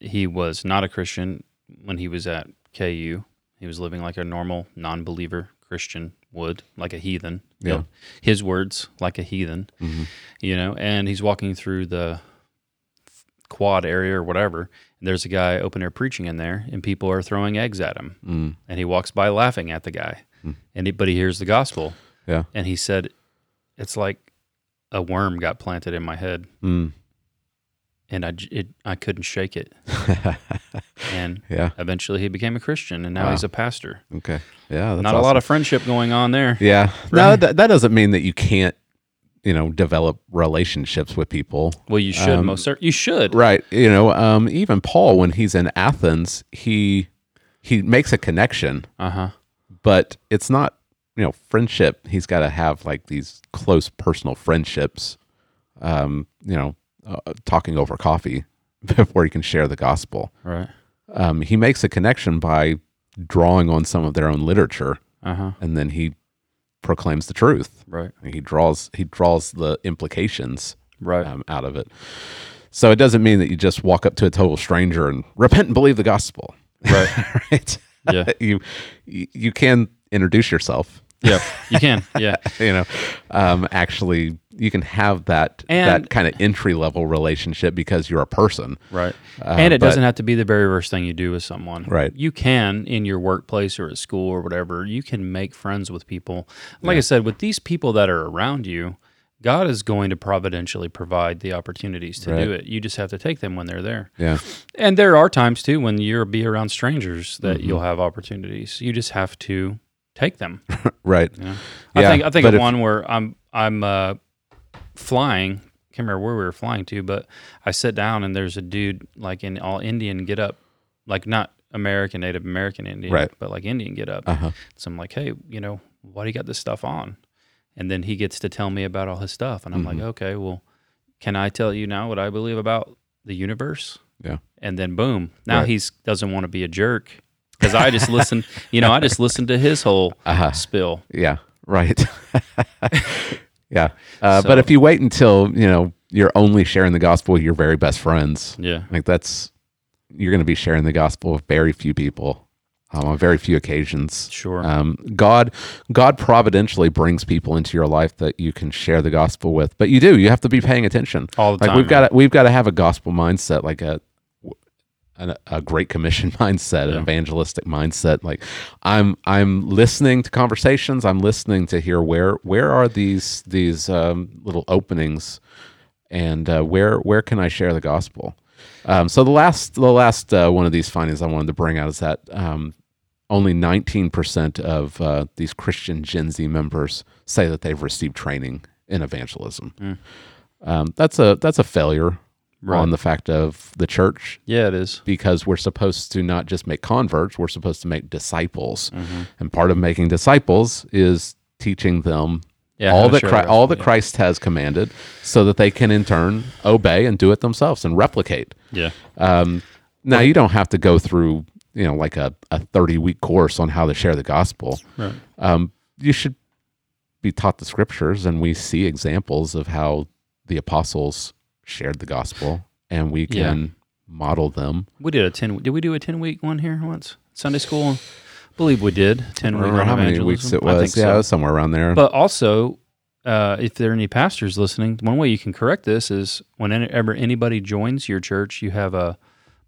[SPEAKER 1] he was not a Christian when he was at KU. He was living like a normal non-believer Christian would, like a heathen.
[SPEAKER 2] Yeah.
[SPEAKER 1] Yep. His words, like a heathen. you know, and he's walking through the quad area or whatever. And there's a guy open air preaching in there, and people are throwing eggs at him.
[SPEAKER 2] Mm.
[SPEAKER 1] And he walks by laughing at the guy, and he, but he hears the gospel,
[SPEAKER 2] Hmm. yeah
[SPEAKER 1] and he said, "It's like a worm got planted in my head,
[SPEAKER 2] Mm.
[SPEAKER 1] and I j- it, I couldn't shake it." and
[SPEAKER 2] Mm. yeah
[SPEAKER 1] eventually, he became a Christian, and now
[SPEAKER 2] Wow.
[SPEAKER 1] he's a pastor.
[SPEAKER 2] okay yeah that's
[SPEAKER 1] Not a lot of friendship going on there.
[SPEAKER 2] yeah no that, that doesn't mean that you can't you know develop relationships with people
[SPEAKER 1] Well, you should most cer- you should.
[SPEAKER 2] Um, Right. You know, um, even Paul, when he's in Athens, he he makes a connection,
[SPEAKER 1] Uh huh.
[SPEAKER 2] but it's not you know friendship. He's got to have like these close personal friendships. Um, you know, uh, talking over coffee before he can share the gospel.
[SPEAKER 1] Right.
[SPEAKER 2] Um, he makes a connection by drawing on some of their own literature,
[SPEAKER 1] Uh huh.
[SPEAKER 2] and then he proclaims the truth.
[SPEAKER 1] Right.
[SPEAKER 2] He draws he draws the implications
[SPEAKER 1] Right.
[SPEAKER 2] um, out of it. So it doesn't mean that you just walk up to a total stranger and repent and believe the gospel,
[SPEAKER 1] Right.
[SPEAKER 2] right?
[SPEAKER 1] Yeah.
[SPEAKER 2] you you you can introduce yourself.
[SPEAKER 1] yeah. You can. Yeah.
[SPEAKER 2] You know, um, actually, you can have that
[SPEAKER 1] And-
[SPEAKER 2] that kind of entry level relationship because you're a person,
[SPEAKER 1] Right. and it
[SPEAKER 2] Uh, but-
[SPEAKER 1] doesn't have to be the very worst thing you do with someone.
[SPEAKER 2] Right.
[SPEAKER 1] You can in your workplace or at school or whatever, you can make friends with people. Like I said, with these people that are around you, God is going to providentially provide the opportunities to do it. You just have to take them when they're there.
[SPEAKER 2] yeah,
[SPEAKER 1] And there are times too when you'll be around strangers that
[SPEAKER 2] Mm-hmm.
[SPEAKER 1] you'll have opportunities. You just have to take them.
[SPEAKER 2] right,
[SPEAKER 1] Yeah. I
[SPEAKER 2] Yeah,
[SPEAKER 1] think I think
[SPEAKER 2] but
[SPEAKER 1] of
[SPEAKER 2] if-
[SPEAKER 1] one where I'm I'm uh, flying. Can't remember where we were flying to, but I sit down and there's a dude like in all Indian get up, like not American Native American Indian,
[SPEAKER 2] Right.
[SPEAKER 1] but like Indian get up.
[SPEAKER 2] Uh-huh.
[SPEAKER 1] So I'm like, hey, you know, why do you got this stuff on? And then he gets to tell me about all his stuff, and I'm
[SPEAKER 2] Mm-hmm.
[SPEAKER 1] like, okay, well, can I tell you now what I believe about the universe?
[SPEAKER 2] yeah,
[SPEAKER 1] and then boom now
[SPEAKER 2] Right.
[SPEAKER 1] he's doesn't want to be a jerk because i just listened you know i just listened to his whole
[SPEAKER 2] Uh-huh.
[SPEAKER 1] spill
[SPEAKER 2] yeah, right, yeah. Uh,
[SPEAKER 1] So-
[SPEAKER 2] but if you wait until you know you're only sharing the gospel with your very best friends,
[SPEAKER 1] yeah
[SPEAKER 2] Like that's you're going to be sharing the gospel with very few people um, on very few occasions.
[SPEAKER 1] sure
[SPEAKER 2] Um, God, God providentially brings people into your life that you can share the gospel with, but you do you have to be paying attention
[SPEAKER 1] All the
[SPEAKER 2] Like
[SPEAKER 1] time,
[SPEAKER 2] we've got to, we've got to have a gospel mindset, like a an, a great commission mindset, an
[SPEAKER 1] Yeah.
[SPEAKER 2] evangelistic mindset. Like I'm I'm listening to conversations. I'm listening to hear where where are these these um, little openings, and uh, where where can I share the gospel? Um, so the last the last uh, one of these findings I wanted to bring out is that um, only 19% of uh, these Christian Gen Z members say that they've received training in evangelism. Um, that's a that's a failure
[SPEAKER 1] Hmm. Right.
[SPEAKER 2] on the fact of the church
[SPEAKER 1] yeah it is
[SPEAKER 2] because we're supposed to not just make converts, we're
[SPEAKER 1] Mm-hmm.
[SPEAKER 2] supposed to make disciples. And part of making disciples is teaching them
[SPEAKER 1] Yeah,
[SPEAKER 2] all
[SPEAKER 1] I'm
[SPEAKER 2] that
[SPEAKER 1] sure
[SPEAKER 2] Chri-
[SPEAKER 1] there
[SPEAKER 2] all
[SPEAKER 1] is,
[SPEAKER 2] that
[SPEAKER 1] yeah.
[SPEAKER 2] Christ has commanded, so that they can in turn obey and do it themselves and replicate.
[SPEAKER 1] Yeah.
[SPEAKER 2] Um, now you don't have to go through you know like a a thirty week course on how to share the gospel.
[SPEAKER 1] Right.
[SPEAKER 2] Um, you should be taught the scriptures, and we see examples of how the apostles shared the gospel, and we
[SPEAKER 1] Yeah.
[SPEAKER 2] can model them.
[SPEAKER 1] We did a ten. Did we do a ten week one here once? Sunday school. believe we did ten
[SPEAKER 2] I
[SPEAKER 1] week.
[SPEAKER 2] don't remember
[SPEAKER 1] on
[SPEAKER 2] how many
[SPEAKER 1] evangelism.
[SPEAKER 2] weeks it
[SPEAKER 1] I
[SPEAKER 2] was.
[SPEAKER 1] think
[SPEAKER 2] Yeah,
[SPEAKER 1] so.
[SPEAKER 2] it was somewhere around there.
[SPEAKER 1] But also, uh, if there are any pastors listening, one way you can correct this is whenever anybody joins your church, you have a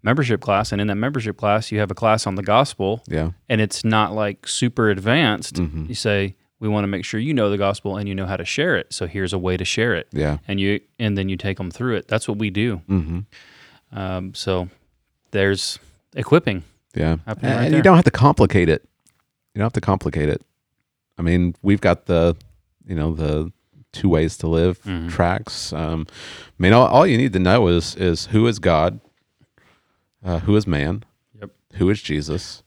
[SPEAKER 1] membership class, and in that membership class, you have a class on the gospel,
[SPEAKER 2] yeah,
[SPEAKER 1] and it's not like super advanced.
[SPEAKER 2] Mhm.
[SPEAKER 1] You say we want to make sure you know the gospel and you know how to share it. So here's a way to share it,
[SPEAKER 2] yeah.
[SPEAKER 1] and you and then you take them through it. That's what we do.
[SPEAKER 2] hmm
[SPEAKER 1] Um, so there's equipping.
[SPEAKER 2] Yeah.
[SPEAKER 1] Happening right
[SPEAKER 2] and
[SPEAKER 1] there.
[SPEAKER 2] you don't have to complicate it. You don't have to complicate it. I mean, we've got the, you know, the two ways to live
[SPEAKER 1] Mm-hmm.
[SPEAKER 2] tracks. Um, I mean, all, all you need to know is is who is God, uh, who is man,
[SPEAKER 1] Yep.
[SPEAKER 2] who is Jesus.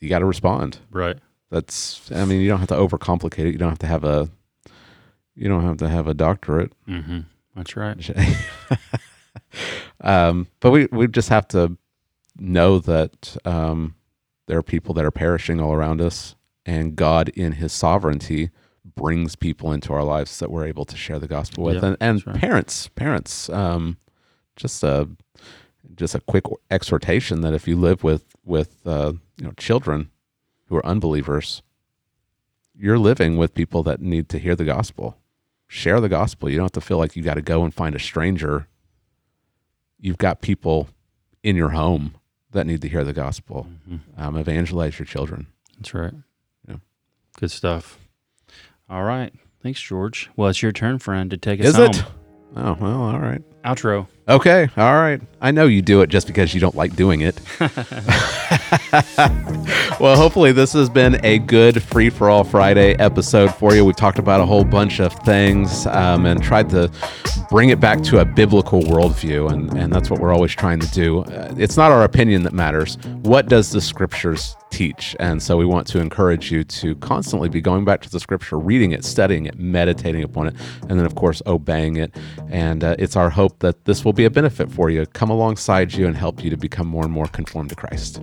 [SPEAKER 2] You got to respond.
[SPEAKER 1] Right.
[SPEAKER 2] That's. I mean, you don't have to overcomplicate it. You don't have to have a. You don't have to have a doctorate.
[SPEAKER 1] Mm-hmm. That's right.
[SPEAKER 2] um, but we, we just have to know that um, there are people that are perishing all around us, and God, in His sovereignty, brings people into our lives that we're able to share the gospel with.
[SPEAKER 1] Yeah,
[SPEAKER 2] and and
[SPEAKER 1] that's right.
[SPEAKER 2] parents, parents, um, just a just a quick exhortation that if you live with with uh, you know children who are unbelievers, you're living with people that need to hear the gospel. Share the gospel. You don't have to feel like you got to go and find a stranger. You've got people in your home that need to hear the gospel. Um, evangelize your children.
[SPEAKER 1] That's right.
[SPEAKER 2] Yeah.
[SPEAKER 1] Good stuff. All right. Thanks, George. Well, it's your turn, friend, to take us
[SPEAKER 2] Is
[SPEAKER 1] home.
[SPEAKER 2] it? Oh well, all right.
[SPEAKER 1] Outro.
[SPEAKER 2] Okay, all right. I know you do it just because you don't like doing it. well, hopefully, this has been a good Free for All Friday episode for you. We've talked about a whole bunch of things um, and tried to bring it back to a biblical worldview, and, and that's what we're always trying to do. Uh, it's not our opinion that matters. What does the scriptures teach? And so, we want to encourage you to constantly be going back to the scripture, reading it, studying it, meditating upon it, and then, of course, obeying it. And uh, it's our hope that this will be a benefit for you, come alongside you, and help you to become more and more conformed to Christ.